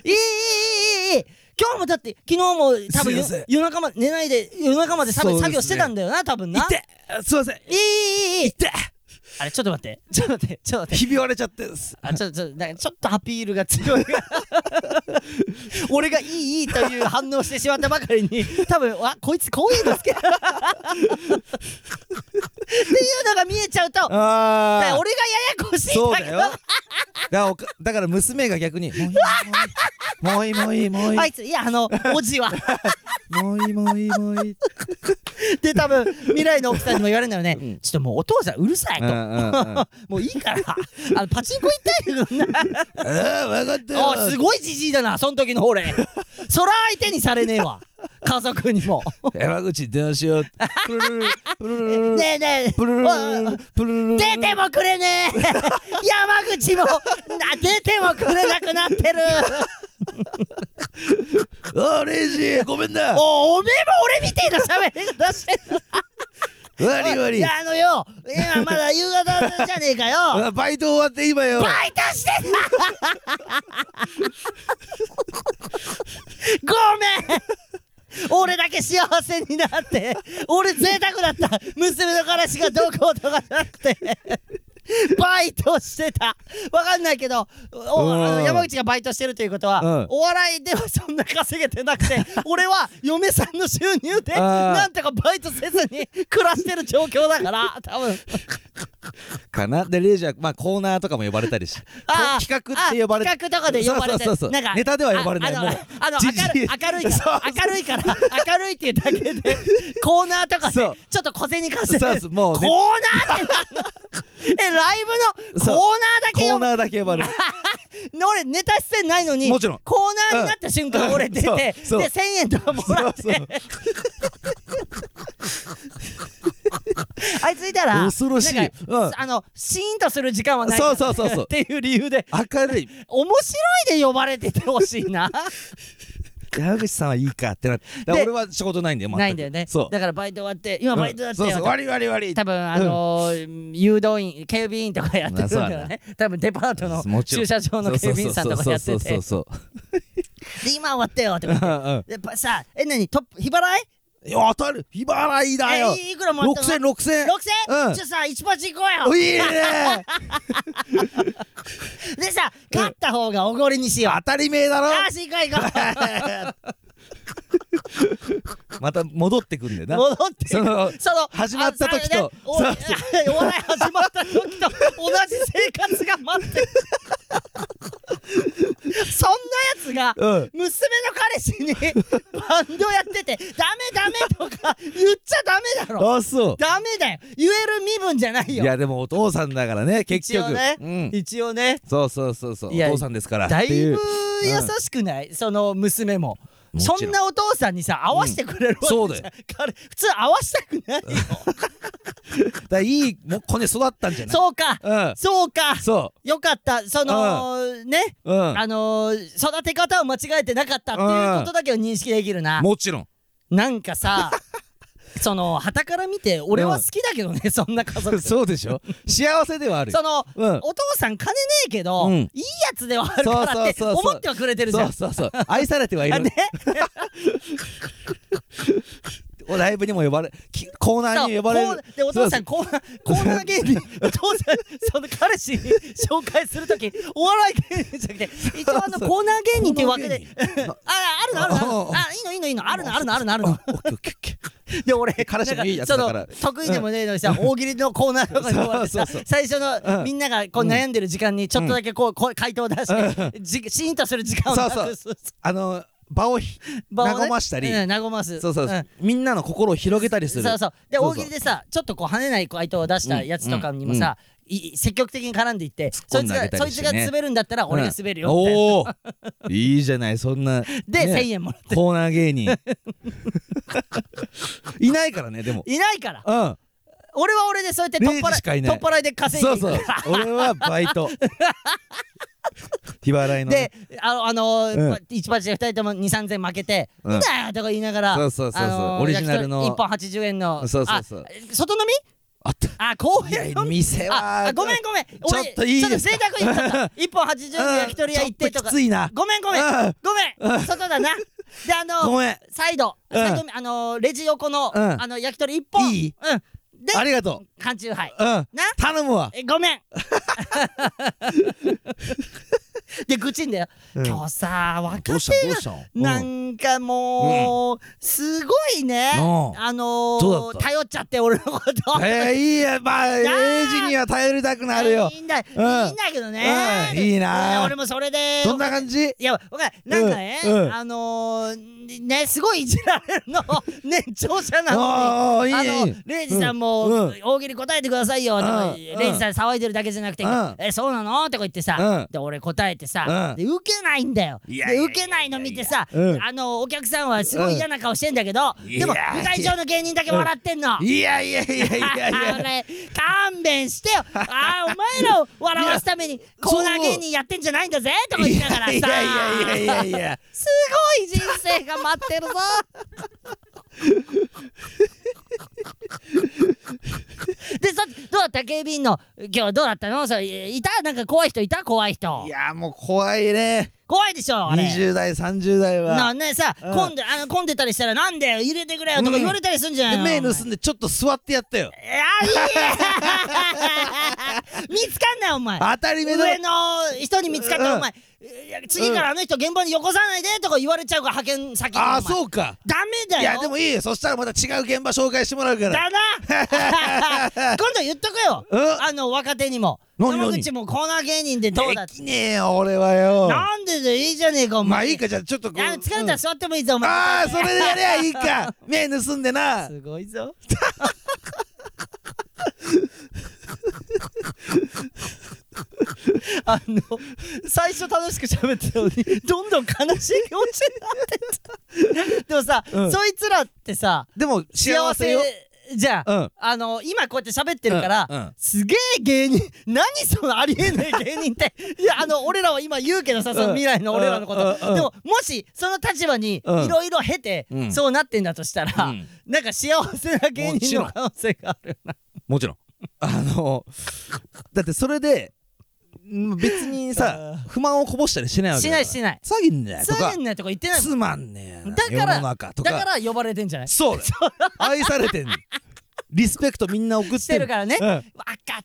Speaker 1: ーいいいいいいいい今日もだって昨日も多分
Speaker 2: すいま
Speaker 1: 夜
Speaker 2: せん
Speaker 1: 夜中まで寝ないで夜中まで多分
Speaker 2: そうですね
Speaker 1: 作業してたんだよな多分ない
Speaker 2: てすいません
Speaker 1: いいいいいいあれちょっと待ってちょっと待ってちょっと待って
Speaker 2: ひび割れちゃってす
Speaker 1: あちょっとちょっとなんかちょっとアピールが強い俺がいいいいという反応してしまったばかりに多分わこいつこういうの好きだっていうのが見えちゃうとだか
Speaker 2: あ
Speaker 1: ら
Speaker 2: ー
Speaker 1: 俺がややこしいん
Speaker 2: そう
Speaker 1: だ
Speaker 2: だ
Speaker 1: け
Speaker 2: よ
Speaker 1: ど
Speaker 2: だからおかだから娘が 逆に「もういいもういいもういいも
Speaker 1: あ
Speaker 2: うい
Speaker 1: いついやあのおじは
Speaker 2: いもういいもういいもう いいもういい」
Speaker 1: で多分未来の奥さんにも言われるんだよね、ちょっともうお父さんうるさいと、
Speaker 2: うんうんうん
Speaker 1: もういいからあのパチンコ行ったいよこんな
Speaker 2: 「ああ分かったよ」
Speaker 1: あすごいじじいだなその時の俺そら相手にされねえわ家族にも
Speaker 2: 山口電話しよう」「プルルルプルルルル
Speaker 1: ねえねえ
Speaker 2: プルルルルプルルルル
Speaker 1: 出てもくれねえ山口もな出てもくれなくなってる
Speaker 2: あーレイジーごめんな
Speaker 1: おおめえも俺みてえな喋り方してる
Speaker 2: 悪い悪
Speaker 1: い
Speaker 2: い
Speaker 1: やあのよ今まだ夕方じゃねえかよ
Speaker 2: あバイト終わって今よ
Speaker 1: バイトしてたごめん俺だけ幸せになって俺贅沢だった娘の彼氏がどうこうとかじゃなくてバイトしてたわかんないけどおあの
Speaker 2: うん
Speaker 1: 山口がバイトしてるということ
Speaker 2: うん
Speaker 1: はお笑いではそんな稼げてなくて 俺は嫁さんの収入で
Speaker 2: あー
Speaker 1: なんとかバイトせずに暮らしてる状況だから多分
Speaker 2: かなでレイジーはまあコーナーとかも呼ばれたりし
Speaker 1: あー
Speaker 2: 企画って呼ばれ
Speaker 1: あ
Speaker 2: て
Speaker 1: 企画とかで呼ばれて
Speaker 2: そうそうそうそう
Speaker 1: なんか
Speaker 2: ネタでは呼ばれない
Speaker 1: あ
Speaker 2: もう
Speaker 1: あのあの
Speaker 2: じじい
Speaker 1: 明るい明 るいから明るいから明るいっていうだけでコーナーとかで
Speaker 2: そう
Speaker 1: ちょっと小銭稼い
Speaker 2: そう
Speaker 1: で
Speaker 2: ですもう
Speaker 1: コー
Speaker 2: ね
Speaker 1: ナーってなんだえライブのコーナーだけ
Speaker 2: コー
Speaker 1: 呼ば
Speaker 2: ナーだけ呼ばれる
Speaker 1: 俺ネタ出演ないのに
Speaker 2: もちろん
Speaker 1: コーナーになった瞬間俺出て、
Speaker 2: うん
Speaker 1: で
Speaker 2: そうそう
Speaker 1: 1000円とかもらって
Speaker 2: そうそう
Speaker 1: あいついたら
Speaker 2: 恐ろしい
Speaker 1: なんか
Speaker 2: うん
Speaker 1: あのシーンとする時間はない
Speaker 2: そうそうそうそう
Speaker 1: っていう理由で
Speaker 2: 明るい
Speaker 1: 面白いで呼ばれててほしい な
Speaker 2: 山口さんはいいかってなってだから
Speaker 1: で
Speaker 2: 俺は仕事ないんだよ全く
Speaker 1: ないんだよね
Speaker 2: そう
Speaker 1: だからバイト終わって今バイトだって、
Speaker 2: うんそうそう割り割り割り
Speaker 1: 多分あのー誘導員警備員とかやってるんだよね多分デパート
Speaker 2: も
Speaker 1: の
Speaker 2: ちろ
Speaker 1: 駐車
Speaker 2: ん
Speaker 1: 場の警備員さんとかやってて
Speaker 2: そうそうそう
Speaker 1: で今終わったよって
Speaker 2: そう
Speaker 1: や
Speaker 2: そううんうん
Speaker 1: っぱさえ何トップ日払い
Speaker 2: いや当たる日払いだよ
Speaker 1: えいくらもらっ
Speaker 2: 六
Speaker 1: た
Speaker 2: 千
Speaker 1: の
Speaker 2: 六千
Speaker 1: 六千
Speaker 2: うん
Speaker 1: ちょっとさ1%行こう
Speaker 2: お
Speaker 1: よ
Speaker 2: いいね
Speaker 1: でさ勝った方がおごりにしよう
Speaker 2: 当たり前だろ
Speaker 1: よし行こう行こ
Speaker 2: また戻ってくんだよ
Speaker 1: う
Speaker 2: な
Speaker 1: 戻って
Speaker 2: その
Speaker 1: その
Speaker 2: 始まった時と
Speaker 1: あさねお お笑い始まった時と同じ生活が待ってる そんなやつが
Speaker 2: うん
Speaker 1: 娘の彼氏にバンドやってて「ダメダメ」とか言っちゃダメだろ
Speaker 2: あそう
Speaker 1: ダメだよ言える身分じゃない
Speaker 2: い
Speaker 1: よ
Speaker 2: やでもお父さんだからね結
Speaker 1: 一応
Speaker 2: 局
Speaker 1: ね
Speaker 2: うん
Speaker 1: 一応ね
Speaker 2: そうそうそうそうお
Speaker 1: いや
Speaker 2: 父さんですから
Speaker 1: だい
Speaker 2: っていう
Speaker 1: ぶ優しくない、その娘も
Speaker 2: もちろ
Speaker 1: そ
Speaker 2: ん
Speaker 1: んなお父さんにさ合わせてくれるわけじゃん、
Speaker 2: うんそうだよ
Speaker 1: 彼普通合わせたくないよ
Speaker 2: だからいいもう子に育ったんじゃない
Speaker 1: そうか
Speaker 2: うん
Speaker 1: そうか
Speaker 2: そ
Speaker 1: よかったそのね
Speaker 2: ううん
Speaker 1: あのー育て方を間違えてなかったっていうことだけを認識できるな
Speaker 2: もちろん
Speaker 1: なんか さその旗から見て俺は好きだけどね、そんな家族
Speaker 2: そうでしょ幸せではあるよ
Speaker 1: その、
Speaker 2: うん
Speaker 1: お父さん金ねえけど、
Speaker 2: うん
Speaker 1: いいやつではあるからって
Speaker 2: そうそうそうそう
Speaker 1: 思ってはくれてるじゃ
Speaker 2: そ
Speaker 1: ん
Speaker 2: うそうそう愛されてはい
Speaker 1: あ
Speaker 2: る
Speaker 1: ね
Speaker 2: おライブにも呼ばれきコーナーに呼ばれ
Speaker 1: そう
Speaker 2: る
Speaker 1: こうでお父さんコーナーコーナー芸人お父さんその彼氏に紹介するときお笑い芸人じゃなくて一応あの
Speaker 2: そう
Speaker 1: コーナー芸人っていうわけ
Speaker 2: コ
Speaker 1: で
Speaker 2: ー
Speaker 1: ああるのあるのある
Speaker 2: おうお
Speaker 1: の
Speaker 2: う
Speaker 1: あいいのいいのいいのあるのあるのあるのある
Speaker 2: あオ
Speaker 1: の
Speaker 2: ッケーオッケーオッケー
Speaker 1: で俺
Speaker 2: 彼氏もいいやつだから
Speaker 1: なんその得意でもねえのにさ大喜利のコーナーとかに終わってさ
Speaker 2: そうそうそう
Speaker 1: 最初
Speaker 2: う
Speaker 1: の
Speaker 2: ん
Speaker 1: みんながこう悩んでる時間にちょっとだけこうこう回答を出してじシーンとする時間を
Speaker 2: そうそ
Speaker 1: な
Speaker 2: う
Speaker 1: くす
Speaker 2: あの場をひ
Speaker 1: 場をね
Speaker 2: 和ましたり
Speaker 1: うん和ます
Speaker 2: そうそうそ
Speaker 1: ん
Speaker 2: うみんなの心を広げたりする
Speaker 1: そうそうで
Speaker 2: そうそう
Speaker 1: 大喜利でさちょっとこう跳ねない回答を出したやつとかにもさ、いい積極的に絡んでいって
Speaker 2: 込
Speaker 1: そ
Speaker 2: ん
Speaker 1: いつ
Speaker 2: であげ
Speaker 1: が
Speaker 2: た
Speaker 1: そ
Speaker 2: り
Speaker 1: い
Speaker 2: して
Speaker 1: つ
Speaker 2: ね
Speaker 1: が滑るんだったら俺が滑るよみたいな
Speaker 2: おおーいいじゃないそんな
Speaker 1: で、
Speaker 2: ね
Speaker 1: 1000円もら
Speaker 2: コーナー芸人いないからねでも
Speaker 1: ういないから
Speaker 2: うん
Speaker 1: 俺は俺でそうやって取っ
Speaker 2: レイジしか
Speaker 1: 払
Speaker 2: い
Speaker 1: い
Speaker 2: ない
Speaker 1: 取っ払いで稼い
Speaker 2: そ
Speaker 1: で
Speaker 2: う
Speaker 1: いく
Speaker 2: そう俺はバイト日払いのね
Speaker 1: であの、あのー
Speaker 2: うん
Speaker 1: ま一発で2人とも2 3 0 0 0負けて「
Speaker 2: うん
Speaker 1: なんだよ!」とか言いながら
Speaker 2: そうそうそうそうオリジナルの
Speaker 1: 1本80円の
Speaker 2: そうそうそう
Speaker 1: あ外飲み
Speaker 2: あった
Speaker 1: あ公
Speaker 2: いや
Speaker 1: 園飲み
Speaker 2: 店
Speaker 1: あ
Speaker 2: は
Speaker 1: あごめんごめん
Speaker 2: ょっといい
Speaker 1: ちょっと
Speaker 2: です
Speaker 1: 贅沢言っちゃった1本80円の焼き鳥屋行ってと
Speaker 2: ちょ っと
Speaker 1: か
Speaker 2: きついな
Speaker 1: ごめんごめん
Speaker 2: うん
Speaker 1: ごめん外だなであ
Speaker 2: ご
Speaker 1: の
Speaker 2: めん
Speaker 1: サイド
Speaker 2: うん
Speaker 1: サイドあのレジ横の
Speaker 2: うん
Speaker 1: あの焼き鳥一本
Speaker 2: いい
Speaker 1: うんで
Speaker 2: ありがと
Speaker 1: 缶チューハイ
Speaker 2: ううん
Speaker 1: な
Speaker 2: 頼むわ
Speaker 1: えご めんで愚痴んだよ
Speaker 2: うん
Speaker 1: 今日さ若
Speaker 2: どうした
Speaker 1: 手
Speaker 2: どう
Speaker 1: が
Speaker 2: したの
Speaker 1: なんかもうすごいね
Speaker 2: な
Speaker 1: あの
Speaker 2: ど
Speaker 1: ー
Speaker 2: うだった
Speaker 1: 頼っちゃって俺のこと
Speaker 2: えー、いいやまあ
Speaker 1: なあ
Speaker 2: エイジには頼りたくなるよ
Speaker 1: いいんだ、いいん
Speaker 2: う
Speaker 1: だ
Speaker 2: ん
Speaker 1: けど
Speaker 2: う
Speaker 1: ね
Speaker 2: ん。いいな
Speaker 1: 俺もそれで。
Speaker 2: どんな感じ
Speaker 1: いや、わかんない。なんかね、
Speaker 2: うんうん
Speaker 1: あのー、ね、すごいいじられるの、 年長者なのに。
Speaker 2: ああいい
Speaker 1: あ
Speaker 2: ねいい
Speaker 1: の
Speaker 2: ね
Speaker 1: レイジさんも、
Speaker 2: うんうん
Speaker 1: 大喜利答えてくださいよとか、
Speaker 2: うん
Speaker 1: レイジさん騒いでるだけじゃなくて、
Speaker 2: うん
Speaker 1: えそうなのとか言ってさ、
Speaker 2: うん
Speaker 1: で俺答えてさ、
Speaker 2: う
Speaker 1: で受けないんだよ
Speaker 2: いやいやいやいや
Speaker 1: で受けないの見てさ、
Speaker 2: うん
Speaker 1: あのお客さんはすごい嫌な顔してんだけど、
Speaker 2: うん
Speaker 1: でも
Speaker 2: いやいや
Speaker 1: 舞台上の芸人だけ笑ってんの、
Speaker 2: いやいやいやいやいや
Speaker 1: 俺勘弁してよああお前らを笑わすためにコーナー芸人やってんじゃないんだぜとか言いながらさ
Speaker 2: いやいやいやいやいや
Speaker 1: すごい人生が待ってるぞでさどうだった警備員の今日どうだったのそれいたなんか怖い人いた怖い人
Speaker 2: いやもう怖いね
Speaker 1: 怖いでしょあれ
Speaker 2: 20代30代
Speaker 1: な
Speaker 2: は
Speaker 1: あねさ、
Speaker 2: うん
Speaker 1: 混んであの混んでたりしたらなんで入れてくれよとか言われたりするんじゃない
Speaker 2: で
Speaker 1: の、
Speaker 2: 目
Speaker 1: お前
Speaker 2: 盗んでちょっと座ってやったよ
Speaker 1: いやいい見つかんないお前
Speaker 2: 当たり目だ
Speaker 1: 上
Speaker 2: ろ
Speaker 1: の人に見つかったら
Speaker 2: うん
Speaker 1: お前いや次からあの人現場によこさないでとか言われちゃうから派遣先に
Speaker 2: ああ
Speaker 1: お前
Speaker 2: そうか
Speaker 1: ダメだよ
Speaker 2: いやでもいいよそしたらまた違う現場紹介してもらうから
Speaker 1: だ な今度言っとくよ
Speaker 2: うん
Speaker 1: あの若手にも
Speaker 2: 何何
Speaker 1: 山口もコーナー芸人でどうだっ
Speaker 2: で
Speaker 1: て
Speaker 2: きねえよ俺はよ
Speaker 1: なんででいいじゃねえかお前
Speaker 2: まあいいかじゃあちょっとこう
Speaker 1: あ疲れたら座ってもいいぞお
Speaker 2: うん
Speaker 1: 前
Speaker 2: ああそれでやりゃいい か目盗んでな
Speaker 1: すごい ぞああの最初楽しく喋ってたの にどんどん悲しい気持ちになってったでもさ、
Speaker 2: うん
Speaker 1: そいつらってさ
Speaker 2: でも
Speaker 1: 幸
Speaker 2: 幸せ
Speaker 1: せ
Speaker 2: よ
Speaker 1: じゃん、
Speaker 2: うん
Speaker 1: あの今こうやって喋ってるから、
Speaker 2: うんうん
Speaker 1: すげえ芸人 何そのありえない芸人って いやあの俺らは今言うけどさその未来の俺らのこと、
Speaker 2: うんうんうん
Speaker 1: でももしその立場にい
Speaker 2: うん
Speaker 1: ろいろ経て、
Speaker 2: うん
Speaker 1: そうなってんだとしたら、
Speaker 2: うん
Speaker 1: なんか幸せな芸人の可能性があるな
Speaker 2: もちろんあのだってそれでん別にさ不満をこぼしたりしないわけ
Speaker 1: し
Speaker 2: だか
Speaker 1: な
Speaker 2: ら
Speaker 1: いしない
Speaker 2: 下げんなよと
Speaker 1: そう
Speaker 2: か
Speaker 1: いうんないとか言ってないもん
Speaker 2: つまんねえな
Speaker 1: だから
Speaker 2: 世の中と
Speaker 1: だ
Speaker 2: か
Speaker 1: から呼ばれてんじゃない
Speaker 2: そうだよ愛されてんのリスペクトみんな送って
Speaker 1: してるからね、
Speaker 2: うん
Speaker 1: 若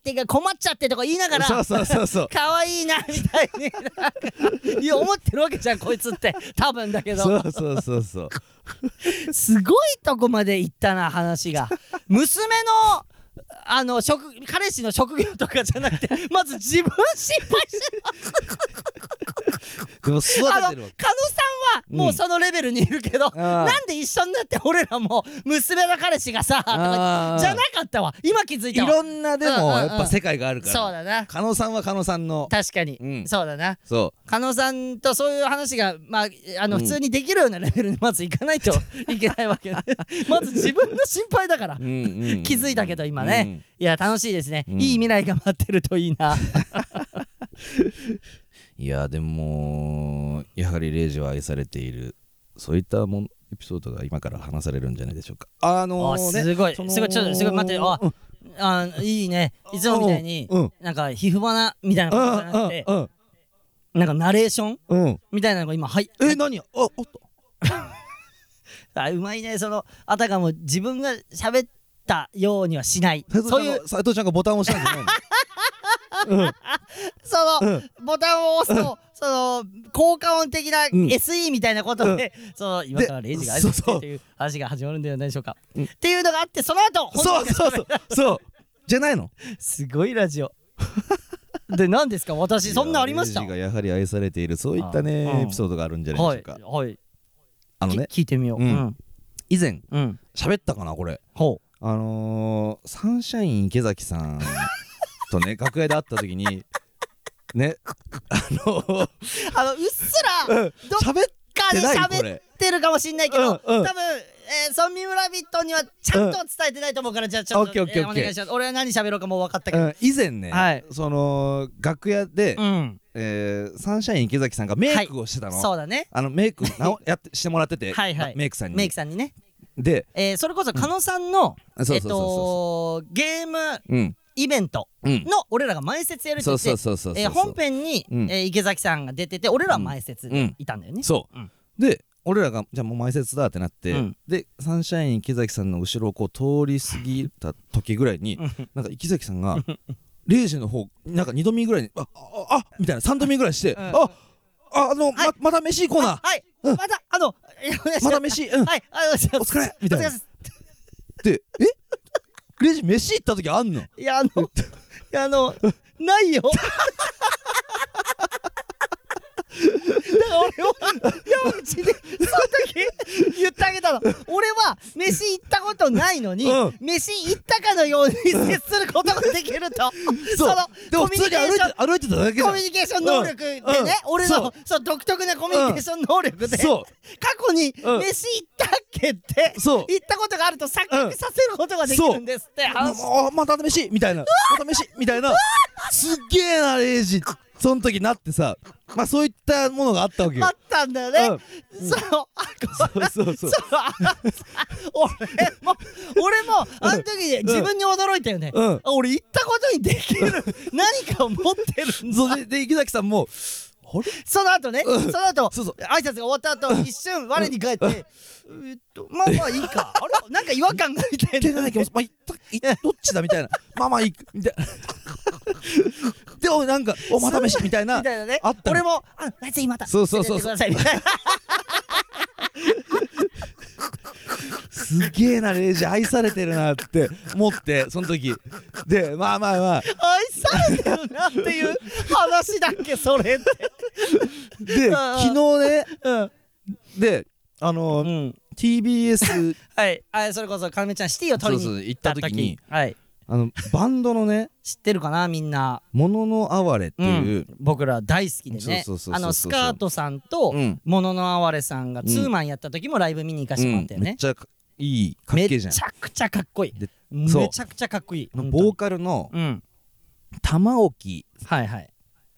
Speaker 1: 手が困っちゃってとか言いながら
Speaker 2: そうそうそうそう
Speaker 1: 可愛いなみたいに なんかいや思ってるわけじゃんこいつって多分だけど
Speaker 2: そうそうそうそう
Speaker 1: すごいとこまで行ったな話 が娘のあの職彼氏の職業とかじゃなくてまず自分心配して る
Speaker 2: でも育
Speaker 1: あの
Speaker 2: ててるわけ
Speaker 1: 狩野さんはもうそのレベルにいるけど、
Speaker 2: ん
Speaker 1: なんで一緒になって俺らも娘の彼氏がさとか
Speaker 2: あー
Speaker 1: じゃなかったわ今気づい
Speaker 2: い
Speaker 1: たわ
Speaker 2: ろんなで
Speaker 1: うんうん
Speaker 2: も
Speaker 1: う
Speaker 2: や
Speaker 1: ん
Speaker 2: っぱ世界があるから
Speaker 1: そうだな
Speaker 2: 狩野さんは狩野さんの
Speaker 1: 確かに、
Speaker 2: うん
Speaker 1: そうだな
Speaker 2: そ
Speaker 1: 狩野さんとそういう話が、まあ、あの
Speaker 2: うん
Speaker 1: 普通にできるようなレベルにまずいかないといけないわけで まず自分の心配だから
Speaker 2: う、うんうん
Speaker 1: 気づいたけど今ね、
Speaker 2: うん
Speaker 1: いや楽しいですね、
Speaker 2: うん
Speaker 1: いい未来が待ってるといい な
Speaker 2: いやでもやはりレイジは愛されているそういったもんエピソードが今から話されるんじゃないでしょうかあの
Speaker 1: あ
Speaker 2: ー、ね
Speaker 1: すごい
Speaker 2: その
Speaker 1: すごいちょっとすごい待ってあ
Speaker 2: うん
Speaker 1: あいいねいつもみたいに、
Speaker 2: うん
Speaker 1: なんか皮膚花みたいなことじゃなくて、
Speaker 2: うん
Speaker 1: なんかナレーション
Speaker 2: うんうん
Speaker 1: みたいなのが今はい
Speaker 2: え何ああった
Speaker 1: あうまいねそのあたかも自分が喋ったようにはしない
Speaker 2: 斉藤ちゃ
Speaker 1: そうんいう
Speaker 2: が斉藤ちゃんがボタンを押したんじゃないの
Speaker 1: その、ボタンを押すと、その効果音的な SE みたいなことで、その今からレイジが愛
Speaker 2: そう
Speaker 1: して
Speaker 2: そう
Speaker 1: という話が始まるんではないでしょうか。
Speaker 2: うん
Speaker 1: っていうのがあってその後 本当
Speaker 2: そう
Speaker 1: に
Speaker 2: そうそうそうじゃないの
Speaker 1: すごいラジオ。で何ですか私そんなありました
Speaker 2: い
Speaker 1: は
Speaker 2: やレイジがやはり愛されているそういったね、
Speaker 1: あうん
Speaker 2: エピソードがあるんじゃ
Speaker 1: い
Speaker 2: ないでしょうか、
Speaker 1: はい、
Speaker 2: あのね
Speaker 1: き聞いてみよう。う
Speaker 2: うんん以前
Speaker 1: うん
Speaker 2: 喋ったかなこれ
Speaker 1: ほ
Speaker 2: あのー、サンシャイン池崎さんと ね楽屋で会った時にねあのー、
Speaker 1: うあのうっすらどっ
Speaker 2: 喋っ
Speaker 1: かで
Speaker 2: てないこ
Speaker 1: 喋っ
Speaker 2: れ
Speaker 1: てるかもしんないけど、
Speaker 2: うんうん
Speaker 1: 多分、えー、ソンミムラビットにはちゃんと伝えてないと思うから、じゃあちょっ
Speaker 2: オッ
Speaker 1: と、
Speaker 2: ケーオッケ
Speaker 1: え
Speaker 2: ー
Speaker 1: ーお願いします。俺は何喋ろうかもう分かったけ
Speaker 2: う
Speaker 1: ど。
Speaker 2: ん、以前ね、
Speaker 1: はい
Speaker 2: その楽屋で、
Speaker 1: うん
Speaker 2: えーサンシャイン池崎さんがメイクをしてたの、
Speaker 1: そうだね。
Speaker 2: あのメイクなおやってしてもらってて
Speaker 1: はいはい
Speaker 2: メイクさんに
Speaker 1: メイクさんにね。
Speaker 2: で
Speaker 1: えーそれこそ狩野さんの、え
Speaker 2: そう
Speaker 1: っ
Speaker 2: そうそ
Speaker 1: とゲーム
Speaker 2: うそううん
Speaker 1: イベント
Speaker 2: うん
Speaker 1: の俺らが前説やるって
Speaker 2: そ
Speaker 1: 言って
Speaker 2: うそうそうそうそう
Speaker 1: えー本編に、
Speaker 2: うん
Speaker 1: えー池崎さんが出てて俺らは前説
Speaker 2: うん
Speaker 1: いたんだよね。
Speaker 2: そう、
Speaker 1: うん
Speaker 2: で俺らがじゃあもう前説だってなって、
Speaker 1: うん
Speaker 2: でサンシャイン池崎さんの後ろをこう通り過ぎた時ぐらいになんか池崎さんがレイジの方なんか2度目ぐらいに「あああみたいな3度目ぐらいして「あああの、ままた飯行こうな
Speaker 1: はい、
Speaker 2: うん
Speaker 1: またあのえーお願いし
Speaker 2: ま
Speaker 1: ま
Speaker 2: た
Speaker 1: す。
Speaker 2: 飯うん」っ
Speaker 1: はい、あのお疲
Speaker 2: お 疲れみ
Speaker 1: お
Speaker 2: た
Speaker 1: 疲
Speaker 2: い
Speaker 1: れ
Speaker 2: な
Speaker 1: 様です。
Speaker 2: て「えレイジ飯行った時あんの?」
Speaker 1: いやあのいやあのない よ。だから俺は山口でその時言ってあげたの俺は飯行ったことないのに、
Speaker 2: うん
Speaker 1: 飯行ったかのように接することができるとその
Speaker 2: でも
Speaker 1: コ
Speaker 2: 普
Speaker 1: ミュ
Speaker 2: 通
Speaker 1: ニ
Speaker 2: に
Speaker 1: ケー
Speaker 2: 歩い
Speaker 1: ション
Speaker 2: て歩いてただけだ
Speaker 1: コミュニケーション能力でね、
Speaker 2: うんうん
Speaker 1: 俺
Speaker 2: そ
Speaker 1: の
Speaker 2: う
Speaker 1: そう独特なコミュニケーション能力で、
Speaker 2: そ
Speaker 1: 過去に飯
Speaker 2: う
Speaker 1: 行
Speaker 2: ん
Speaker 1: ったっけって、
Speaker 2: そう
Speaker 1: 行ったことがあると錯覚させることができるんですって
Speaker 2: う
Speaker 1: 話
Speaker 2: もうまた飯みたいなまた飯みたいなすっげえなレイジその時なってさまあそういったものがあったわけよ
Speaker 1: あったんだよね、そのあこ
Speaker 2: そうそうそう
Speaker 1: そのあ俺も俺もあの時
Speaker 2: ん
Speaker 1: 自分に驚いたよね、
Speaker 2: うん
Speaker 1: あ俺行ったことにできる何かを持ってるんだ
Speaker 2: そうでで池崎さんも「あれ
Speaker 1: その後ね、
Speaker 2: う
Speaker 1: そ
Speaker 2: ん
Speaker 1: の後
Speaker 2: そうそう
Speaker 1: 挨拶が終わった後一瞬我に返って、えっとまあまあいいかあれなんか違和感がみたい
Speaker 2: 手
Speaker 1: な
Speaker 2: がない 気もすまあ、いったいどっちだ?」みたいな「まあまあいい」みたいなでもなんか「おまた飯」みたい な
Speaker 1: みたいなね
Speaker 2: あったの
Speaker 1: 俺もあ「ぜひまた
Speaker 2: そうそうそう
Speaker 1: 連れてってください」みたい
Speaker 2: すげえなレイジ愛されてるなって思ってその時でまあまあまあ
Speaker 1: な愛されてるなっていう話だっけそ れって
Speaker 2: で
Speaker 1: うん
Speaker 2: 昨日ね
Speaker 1: うん、
Speaker 2: であの
Speaker 1: うん、
Speaker 2: TBS
Speaker 1: はいあそれこそかなめちゃんシティを取りに
Speaker 2: そうそう行った時に
Speaker 1: はい
Speaker 2: あのバンドのね
Speaker 1: 知ってるかなみんな
Speaker 2: 「ものの哀れ」っていう、
Speaker 1: 僕ら大好きでね
Speaker 2: そうそうそうそうそう
Speaker 1: あのスカートさんと
Speaker 2: うん
Speaker 1: もののあわれさんがツーマンやった時もライブ見に行かせてもらったよ
Speaker 2: めっ
Speaker 1: ね、
Speaker 2: ちゃいいかっけ
Speaker 1: め
Speaker 2: え
Speaker 1: ち
Speaker 2: じゃん
Speaker 1: ゃくちゃかっこいい
Speaker 2: でそう
Speaker 1: めちゃくちゃかっこいい
Speaker 2: あの
Speaker 1: 本当に
Speaker 2: ボーカルの
Speaker 1: うん
Speaker 2: 玉置
Speaker 1: はいはい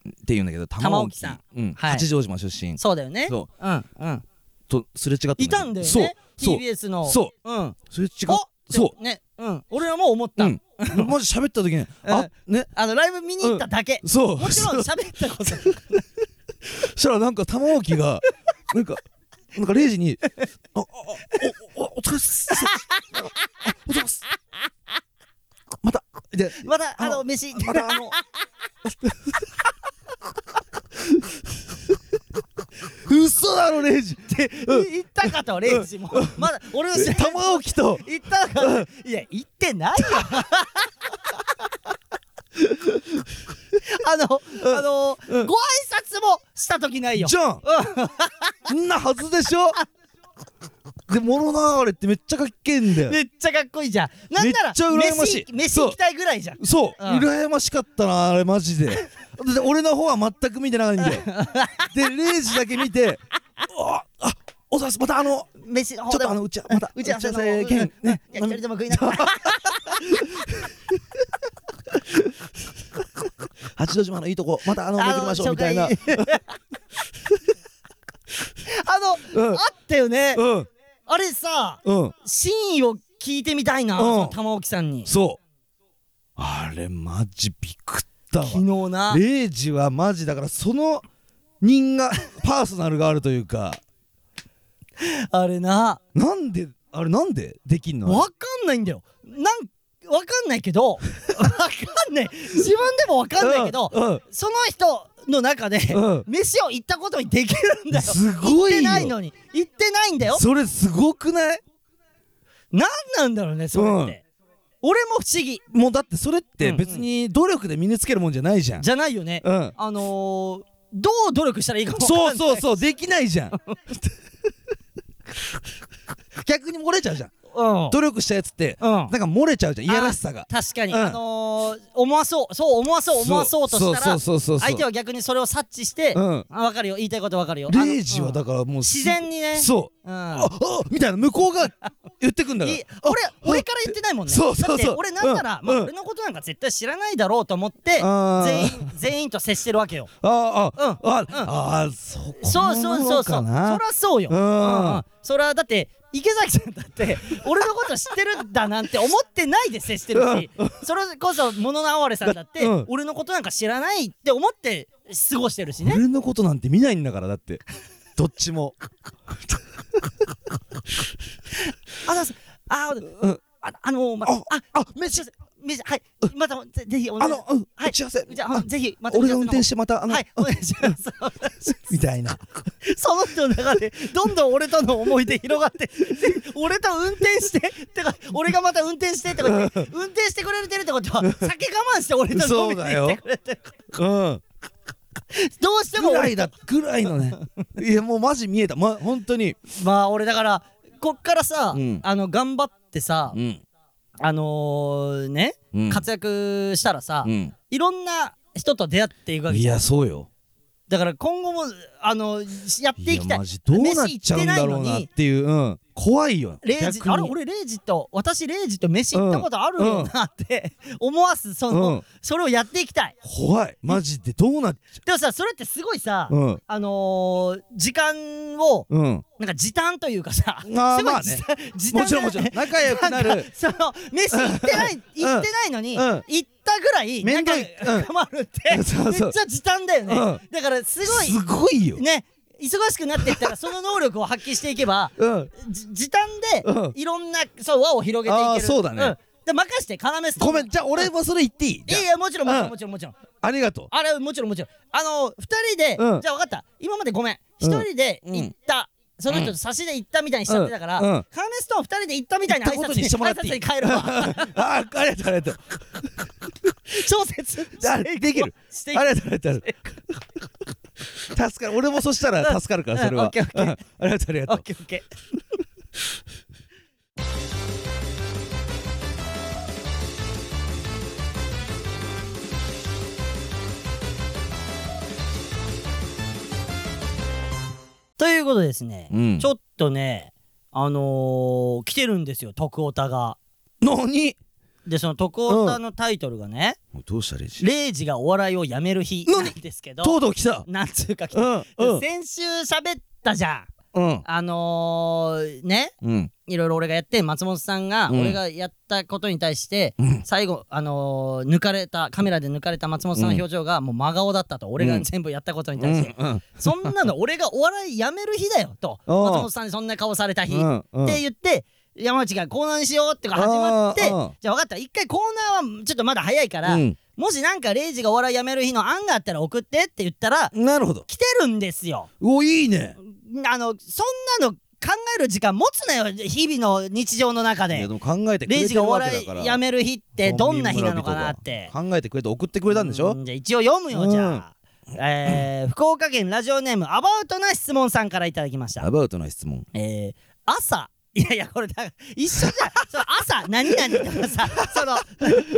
Speaker 2: っていうんだけど
Speaker 1: 玉置さん、
Speaker 2: うん
Speaker 1: はい
Speaker 2: 八丈島出身
Speaker 1: そうだよね
Speaker 2: そう
Speaker 1: うんうん
Speaker 2: とすれ違った
Speaker 1: いたんだよ
Speaker 2: そう
Speaker 1: ね
Speaker 2: そう
Speaker 1: TBS の
Speaker 2: そう
Speaker 1: うん
Speaker 2: すれ違っ
Speaker 1: おって
Speaker 2: そ
Speaker 1: ねうん俺はもう思っ
Speaker 2: う
Speaker 1: た、
Speaker 2: うんもし喋った時にあね
Speaker 1: あのライブ見に行っただけ、
Speaker 2: そう
Speaker 1: も ちろん
Speaker 2: そう
Speaker 1: 喋ったこと
Speaker 2: そしたらなんか玉置がなんかなんかレイジに「あああおおおお疲れっす」あ「お疲れっす」またで
Speaker 1: まだあ
Speaker 2: あ
Speaker 1: の
Speaker 2: の
Speaker 1: 飯
Speaker 2: またあの嘘だろレイジって
Speaker 1: い行ったかとレイジもまだ俺の知らない
Speaker 2: 玉置と
Speaker 1: 行ったのかいや行ってないよ あのあの
Speaker 2: うん
Speaker 1: ご挨拶もした時ないよ
Speaker 2: じゃんんなはずでしょで「もののあれ」ってめっちゃかっけえんだよ
Speaker 1: めっちゃかっこいいじゃんなんなら
Speaker 2: めっちゃ羨ましい
Speaker 1: 飯飯
Speaker 2: そう
Speaker 1: 行きたいぐらいじゃん
Speaker 2: そう、
Speaker 1: うん
Speaker 2: 羨ましかったなあれマジでだって俺の方は全く見てないんだよでレイジだけ見て「ああおざすまたあの
Speaker 1: 飯の
Speaker 2: ち
Speaker 1: 方
Speaker 2: ょっとあのうちまた
Speaker 1: 打ち合わせの
Speaker 2: 打ち合兼
Speaker 1: うん
Speaker 2: ね
Speaker 1: いや一人でも食いながら
Speaker 2: 八丈島のいいとこまたあの
Speaker 1: あの
Speaker 2: 巡りましょうみたいな
Speaker 1: 紹介あの、
Speaker 2: うん
Speaker 1: あったよね、
Speaker 2: うん
Speaker 1: あれさ
Speaker 2: うん
Speaker 1: 真意を聞いてみたいな、
Speaker 2: うん
Speaker 1: その玉置さんに
Speaker 2: そうあれマジビクったわ
Speaker 1: 昨日な
Speaker 2: レイジはマジだからその人が パーソナルがあるというか
Speaker 1: あれな
Speaker 2: なんであれなんでできんの
Speaker 1: わかんないんだよなんわかんないけ どわかんない自分でもわかんないけど、
Speaker 2: うん
Speaker 1: その人の中で、
Speaker 2: うん
Speaker 1: 飯を行ったことにできるんだよ
Speaker 2: すごい
Speaker 1: 行っ
Speaker 2: よ
Speaker 1: てないのに行ってないんだよ
Speaker 2: それすごくない
Speaker 1: なんなんだろうねそれって、俺も不思議
Speaker 2: もうだってそれって
Speaker 1: うん
Speaker 2: 別に努力で身につけるもんじゃないじゃん、
Speaker 1: じゃないよね、
Speaker 2: うん
Speaker 1: あのー、どう努力したらいいかもわかんない
Speaker 2: そ
Speaker 1: う
Speaker 2: そうそうできないじ ゃん逆に漏れちゃうじゃん
Speaker 1: うん
Speaker 2: 努力したやつって、
Speaker 1: うん
Speaker 2: なんか漏れちゃうじゃんいやらしさが
Speaker 1: 確かに、
Speaker 2: うん
Speaker 1: あのー、思わそうそう思わそう思わそうとしたら
Speaker 2: そうそうそうそうそう
Speaker 1: 相手は逆にそれを察知して、
Speaker 2: うん
Speaker 1: あ分かるよ言いたいこと分かるよあの
Speaker 2: レイジはだからもうす
Speaker 1: 自然にね
Speaker 2: そう
Speaker 1: うん、
Speaker 2: ああみたいな向こうが言ってくんだから
Speaker 1: い俺俺から言ってないもんね
Speaker 2: そうそうそう
Speaker 1: だって俺なんなら、
Speaker 2: うん
Speaker 1: まあ
Speaker 2: うん
Speaker 1: 俺のことなんか絶対知らないだろうと思って
Speaker 2: あー
Speaker 1: 全員全員と接してるわけよ
Speaker 2: ああ、
Speaker 1: うん
Speaker 2: ああ、ああ、そこ
Speaker 1: そうそうそうそうそ
Speaker 2: なの
Speaker 1: り
Speaker 2: かな
Speaker 1: ゃそうよ、
Speaker 2: うん
Speaker 1: それはだって池崎さんだって俺のこと知ってるんだなんて思ってないで接してるしそれこそ物のあわれさんだって、
Speaker 2: うん
Speaker 1: 俺のことなんか知らないって思って過ごしてるしね
Speaker 2: 俺のことなんて見ないんだから だってどっちも、
Speaker 1: あだすあー
Speaker 2: うん、
Speaker 1: ああのま
Speaker 2: あ
Speaker 1: あ
Speaker 2: あ
Speaker 1: めちゃめちゃはいまたぜぜひお
Speaker 2: あ
Speaker 1: 願い
Speaker 2: の、うん
Speaker 1: はい
Speaker 2: 打ち合わせ
Speaker 1: じゃあ
Speaker 2: あ
Speaker 1: ぜひまた
Speaker 2: 俺が運転しててまたあの、
Speaker 1: はいお願いします
Speaker 2: みたいな
Speaker 1: その人の中でどんどん俺との思い出広がって で俺と運転してってか俺がまた運転してとか言って運転してくれてるってことは酒我慢して俺と飲みに行ってくれてる
Speaker 2: うん
Speaker 1: どうしても
Speaker 2: ぐら
Speaker 1: 俺
Speaker 2: いだぐらいの ねいやもうマジ見えたま本当に
Speaker 1: まあ俺だからこっからさ、
Speaker 2: うん
Speaker 1: あの頑張ってさ、
Speaker 2: ん
Speaker 1: あのー、ね、
Speaker 2: うん
Speaker 1: 活躍したらさ、
Speaker 2: うん
Speaker 1: いろんな人と出会っていくわけ
Speaker 2: い
Speaker 1: じゃん
Speaker 2: やそうよ
Speaker 1: だから今後もあのやっていきたい
Speaker 2: やマジどうなっちゃうんだろう
Speaker 1: 飯行ってないの
Speaker 2: なっ
Speaker 1: に
Speaker 2: ていううん怖いよ
Speaker 1: レイジ
Speaker 2: 逆に
Speaker 1: あれ俺レイジと私レイジと飯行ったことあるよなって、思わすその、
Speaker 2: うん
Speaker 1: それをやっていきたい
Speaker 2: 怖いマジでどうなっち
Speaker 1: でもさそれってすごいさ、
Speaker 2: ゃううん
Speaker 1: あのー、時間を
Speaker 2: うん
Speaker 1: なんか時短というかさ、
Speaker 2: まあ
Speaker 1: すごい
Speaker 2: まあね
Speaker 1: 時短時短
Speaker 2: もちろんもち ろん仲良くなる
Speaker 1: その飯行ってない行ってないのに、
Speaker 2: うん
Speaker 1: 行ったぐらい
Speaker 2: めんどい
Speaker 1: な
Speaker 2: うん
Speaker 1: んか困るって、
Speaker 2: そうそ
Speaker 1: め
Speaker 2: う
Speaker 1: っちゃ時短だよね、
Speaker 2: うん
Speaker 1: だからすご
Speaker 2: すごいよ
Speaker 1: いね忙しくなっていったらその能力を発揮していけば
Speaker 2: うん
Speaker 1: じ時短
Speaker 2: うん
Speaker 1: でいろんなそう輪を広げていけ
Speaker 2: あー
Speaker 1: る
Speaker 2: そうだね
Speaker 1: んで任して要さん
Speaker 2: ごめんじゃあ俺もそれ言っていい
Speaker 1: い
Speaker 2: じゃ
Speaker 1: や
Speaker 2: あ
Speaker 1: いやもちろんもちろ
Speaker 2: うん
Speaker 1: んもちろんもちろん
Speaker 2: ありがとう
Speaker 1: あれもちろんもちろんあの二人で
Speaker 2: うん
Speaker 1: じゃあ分かった今までごめん
Speaker 2: うん
Speaker 1: 一人で行ったその人と差しで行ったみたいにしちゃってたから
Speaker 2: うんうん
Speaker 1: 要ストーン二人で行ったみたいな挨
Speaker 2: 行った
Speaker 1: 拶
Speaker 2: こと
Speaker 1: に
Speaker 2: にしてもらっていい
Speaker 1: 挨拶に変えるわ
Speaker 2: あありがとうありがとう
Speaker 1: 小説
Speaker 2: じゃあできる
Speaker 1: していく
Speaker 2: ありがとうありがとうありがとう助かる俺もそしたら助かるからそれ
Speaker 1: うんオ
Speaker 2: は
Speaker 1: ッケーオッケー
Speaker 2: うんありがとうありが
Speaker 1: オッ
Speaker 2: とう
Speaker 1: ケーオッケーいうことでですね、
Speaker 2: うん
Speaker 1: ちょっとね、あのー来てるんですよ、徳オタが。
Speaker 2: 何
Speaker 1: で、その徳オタのタイトルがね、
Speaker 2: どうしたレジ
Speaker 1: レイジがお笑いをやめる日なんですけど、
Speaker 2: とうとう来た
Speaker 1: なんつうか来
Speaker 2: う
Speaker 1: た、
Speaker 2: んうん
Speaker 1: 先週喋ったじゃん。
Speaker 2: うん
Speaker 1: あのー、ね、
Speaker 2: うん
Speaker 1: いろいろ俺がやって、松本さんが、
Speaker 2: うん
Speaker 1: 俺がやったことに対して、
Speaker 2: うん
Speaker 1: 最後、あのー抜かれた、カメラで抜かれた松本さんの表情が、もう真顔だったと、俺が全部やったことに
Speaker 2: う
Speaker 1: 対して。
Speaker 2: んうん
Speaker 1: そんなの俺がお笑いやめる日だよと
Speaker 2: あー
Speaker 1: 松本さんにそんな顔された日っ
Speaker 2: うんうん
Speaker 1: て言って山内がコーナーにしようってが始まって
Speaker 2: あーあー
Speaker 1: じゃあ分かった一回コーナーはちょっとまだ早いから
Speaker 2: うん
Speaker 1: もしなんかレイジがお笑いやめる日の案があったら送ってって言ったら
Speaker 2: なるほど
Speaker 1: 来てるんですよ
Speaker 2: おいいね
Speaker 1: あのそんなの考える時間持つなよ日々の日常の中
Speaker 2: いや
Speaker 1: で
Speaker 2: でも考えてく
Speaker 1: レイ
Speaker 2: れ
Speaker 1: ジ
Speaker 2: て
Speaker 1: が
Speaker 2: る
Speaker 1: お
Speaker 2: わけだ
Speaker 1: 笑
Speaker 2: から
Speaker 1: いやめる日ってどんな日なのかなって
Speaker 2: 考えてくれて送ってくれたんでしょ
Speaker 1: うんじゃあ一応読むよじゃあ えー福岡県ラジオネームアバウトな質問さんからいただきました
Speaker 2: アバウトな質問
Speaker 1: えー、朝いやいやこれだから一緒じゃ んその朝何々だからさその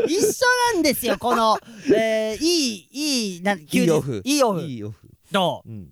Speaker 1: 一緒なんですよこの、えー、いいいいなん休日
Speaker 2: いいオフ
Speaker 1: いいオフ
Speaker 2: いいオフ
Speaker 1: どう
Speaker 2: うん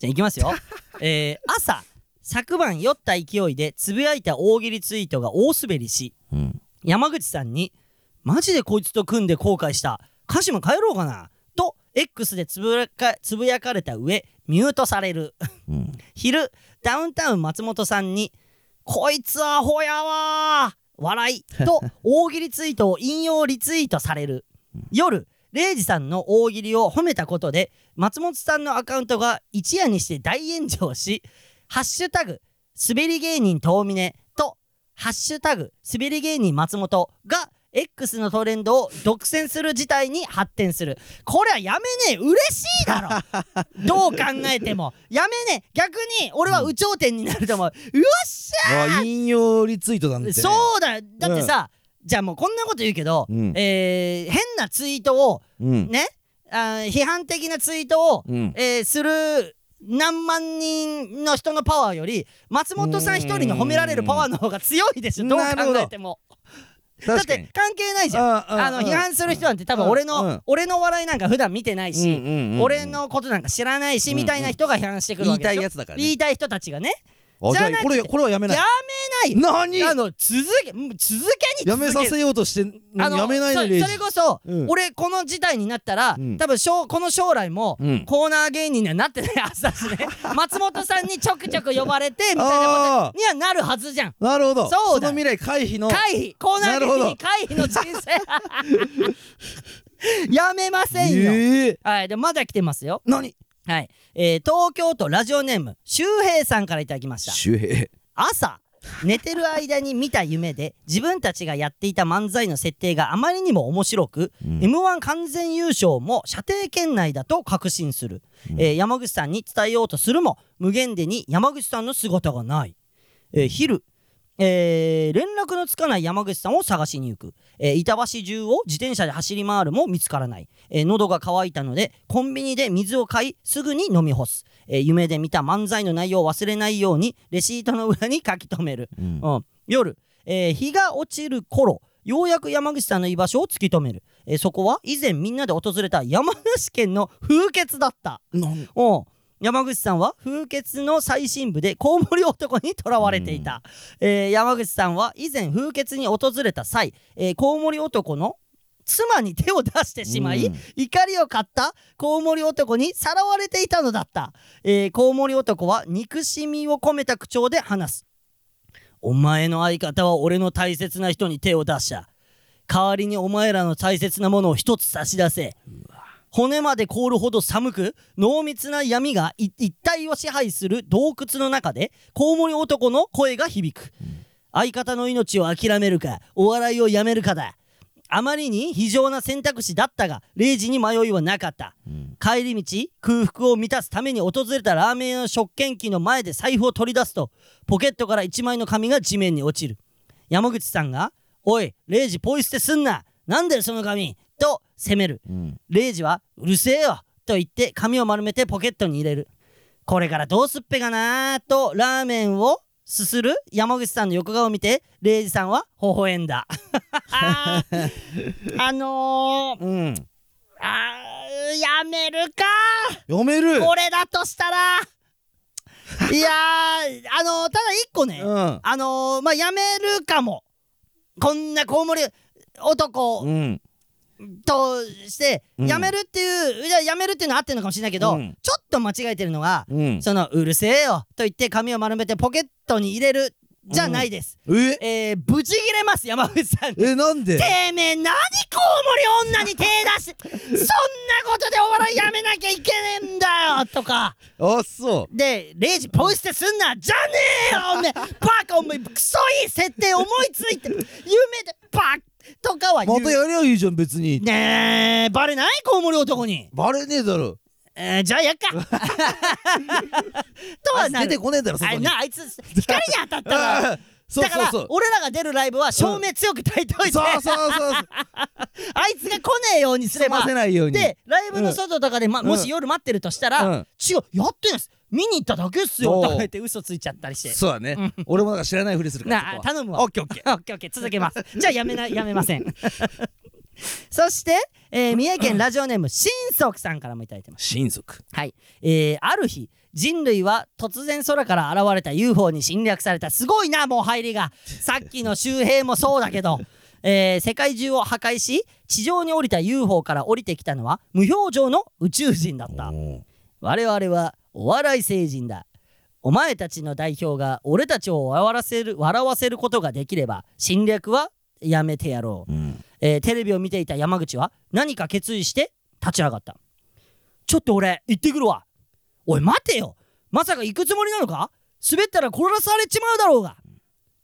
Speaker 1: じゃあいきますよえー、朝昨晩酔った勢いでつぶやいた大喜利ツイートが大滑りし
Speaker 2: うん
Speaker 1: 山口さんに「マジでこいつと組んで後悔した鹿島帰ろうかな」と X でつぶやかつぶやかれた上ミュートされる
Speaker 2: うん
Speaker 1: 昼ダウンタウン松本さんに「こいつアホやわー笑い」と大喜利ツイートを引用リツイートされる夜レイジさんの大喜利を褒めたことで松本さんのアカウントが一夜にして大炎上し「ハッシュタグ滑り芸人遠峰」と「ハッシュタグ滑り芸人松本」が X のトレンドを独占する事態に発展するこれはやめねえ嬉しいだろどう考えても やめねえ逆に俺は有頂天になると思う、うよっし
Speaker 2: あ引用リツイートなんて
Speaker 1: ゃ
Speaker 2: ね
Speaker 1: そうだよだってさ、じゃあもうこんなこと言うけど、
Speaker 2: うん
Speaker 1: えー変なツイートを
Speaker 2: うん
Speaker 1: ねあー批判的なツイートを、
Speaker 2: うん
Speaker 1: えーする何万人の人のパワーより松本さん一人の褒められるパワーの方が強いでしょ
Speaker 2: うん
Speaker 1: どう考えてもだっ
Speaker 2: 確かに
Speaker 1: て関係ないじゃん
Speaker 2: あ
Speaker 1: あの批判する人なんて多分
Speaker 2: うん
Speaker 1: 俺
Speaker 2: う
Speaker 1: の
Speaker 2: ん
Speaker 1: 俺の笑いなんか普段見てないし、
Speaker 2: うんうんうんうん
Speaker 1: 俺のことなんか知らないしみたいな人が批判してくる
Speaker 2: 言
Speaker 1: わ
Speaker 2: い
Speaker 1: けで
Speaker 2: た
Speaker 1: し
Speaker 2: い
Speaker 1: ょ
Speaker 2: やつだから
Speaker 1: 言
Speaker 2: ね
Speaker 1: いたい人たちがね
Speaker 2: あ
Speaker 1: じ
Speaker 2: じ
Speaker 1: ゃ
Speaker 2: ゃ
Speaker 1: あ
Speaker 2: あ
Speaker 1: なくて
Speaker 2: これこれはやめない
Speaker 1: やめない
Speaker 2: 何
Speaker 1: あの続けもう続けに続け
Speaker 2: やめさせようとして
Speaker 1: あの
Speaker 2: やめない
Speaker 1: そ
Speaker 2: のレイジ
Speaker 1: それこそ、
Speaker 2: うん
Speaker 1: 俺この事態になったら、
Speaker 2: うん
Speaker 1: 多分しょうこの将来も、
Speaker 2: うん
Speaker 1: コーナー芸人にはなってないは ずだし ね松本さんにちょくちょく呼ばれてみたいなことにはなるはずじゃん
Speaker 2: なるほど
Speaker 1: そう
Speaker 2: そ
Speaker 1: だ
Speaker 2: の未来回避の
Speaker 1: 回避コーナー芸
Speaker 2: なるほ
Speaker 1: 人
Speaker 2: ど
Speaker 1: 回避の 人生やめませんよ、
Speaker 2: ええ
Speaker 1: はいでまだ来てますよ
Speaker 2: 何
Speaker 1: はい、えー東京都ラジオネーム周平さんからいただきました
Speaker 2: 周平
Speaker 1: 朝寝てる間に見た夢で自分たちがやっていた漫才の設定があまりにも面白く、
Speaker 2: うん
Speaker 1: m 1完全優勝も射程圏内だと確信する、えー山口さんに伝えようとするも無限でに山口さんの姿がない、えー昼えー連絡のつかない山口さんを探しに行く、えー板橋中を自転車で走り回るも見つからない、えー喉が渇いたのでコンビニで水を買いすぐに飲み干す、えー夢で見た漫才の内容を忘れないようにレシートの裏に書き留める、
Speaker 2: うん
Speaker 1: うん夜、えー日が落ちる頃ようやく山口さんの居場所を突き止める、えーそこは以前みんなで訪れた山梨県の風穴だった
Speaker 2: 何
Speaker 1: うん山口さんは風穴の最深部でコウモリ男に囚われていた、えー山口さんは以前風穴に訪れた際、えーコウモリ男の妻に手を出してしまい、
Speaker 2: うん
Speaker 1: 怒りを買ったコウモリ男にさらわれていたのだった、えーコウモリ男は憎しみを込めた口調で話すお前の相方は俺の大切な人に手を出した代わりにお前らの大切なものを一つ差し出せ骨まで凍るほど寒く濃密な闇がい一帯を支配する洞窟の中でコウモリ男の声が響く、相方の命を諦めるかお笑いをやめるかだあまりに非常な選択肢だったが0時に迷いはなかった、
Speaker 2: うん
Speaker 1: 帰り道空腹を満たすために訪れたラーメン屋の食券機の前で財布を取り出すとポケットから1枚の紙が地面に落ちる山口さんが「おい0時ポイ捨てすんななんでその紙」と責める
Speaker 2: うん
Speaker 1: レイジは「うるせえよ!」と言って紙を丸めてポケットに入れるこれからどうすっぺかなーとラーメンをすする山口さんの横顔を見てレイジさんは微笑ん だあのー、
Speaker 2: うん
Speaker 1: あーやめるか
Speaker 2: 読める
Speaker 1: これだとしたらいやー、あのー、ただ一個ね、
Speaker 2: うん
Speaker 1: あのー、まあ、やめるかも。こんなコウモリ男
Speaker 2: うん
Speaker 1: として、
Speaker 2: うん
Speaker 1: やめるっていう、いや、やめるっていうのは合ってるのかもしれないけど、
Speaker 2: うん
Speaker 1: ちょっと間違えてるのが、
Speaker 2: うん
Speaker 1: その、うるせえよと言って髪を丸めてポケットに入れる、じゃないです。
Speaker 2: え
Speaker 1: えー、ブチ切れます、山口さん。
Speaker 2: えなんで
Speaker 1: てめえ何コウモリ女に手出しそんなことでお笑いやめなきゃいけねえんだよとか
Speaker 2: あそ
Speaker 1: でレイジポイ捨てすんなじゃねえよおめえバカおめえクソいい設定思いついて夢でバッとかは
Speaker 2: う
Speaker 1: 言
Speaker 2: ま
Speaker 1: う
Speaker 2: たやりゃいいじゃん別に
Speaker 1: ねえバレないコウモリ男に、
Speaker 2: バレねえだろ
Speaker 1: えーじゃあやっ かと
Speaker 2: あ
Speaker 1: はい
Speaker 2: つ
Speaker 1: な
Speaker 2: 出
Speaker 1: る
Speaker 2: てこねえだろ
Speaker 1: あ
Speaker 2: 外
Speaker 1: れ
Speaker 2: に
Speaker 1: なあいつ光に当たったから
Speaker 2: あー そう
Speaker 1: だか
Speaker 2: そう
Speaker 1: ら
Speaker 2: そう
Speaker 1: 俺らが出るライブは照明強く焚いておいて、
Speaker 2: そうそうそう
Speaker 1: あいつが来ねえようにすれ
Speaker 2: 済
Speaker 1: ば
Speaker 2: ませないように
Speaker 1: でライブの外とかで、ま
Speaker 2: うん
Speaker 1: もし夜待ってるとしたら「
Speaker 2: うん
Speaker 1: 違うやってんす見に行っただけっすよ」
Speaker 2: おう
Speaker 1: とか言って嘘ついちゃったりして。
Speaker 2: そうだね俺もなんか知らないふりするから
Speaker 1: なあ
Speaker 2: そこは
Speaker 1: 頼むわ。オッケーオッケー。オッケーオッケー続けます。じゃあやめなやめま せん。そして、えー三重県ラジオネーム新足さんからもいただいてます。
Speaker 2: 親族
Speaker 1: はい、えーある日人類は突然空から現れた UFO に侵略されたすごいなもう入りがさっきの周平もそうだけど、えー世界中を破壊し地上に降りた UFO から降りてきたのは無表情の宇宙人だった
Speaker 2: お
Speaker 1: 我々はお笑い星人だお前たちの代表が俺たちを笑わせる笑わせることができれば侵略はやめてやろう
Speaker 2: ーうん
Speaker 1: えーテレビを見ていた山口は何か決意して立ち上がったちょっと俺行ってくるわおい待てよまさか行くつもりなのか滑ったら殺されちまうだろうが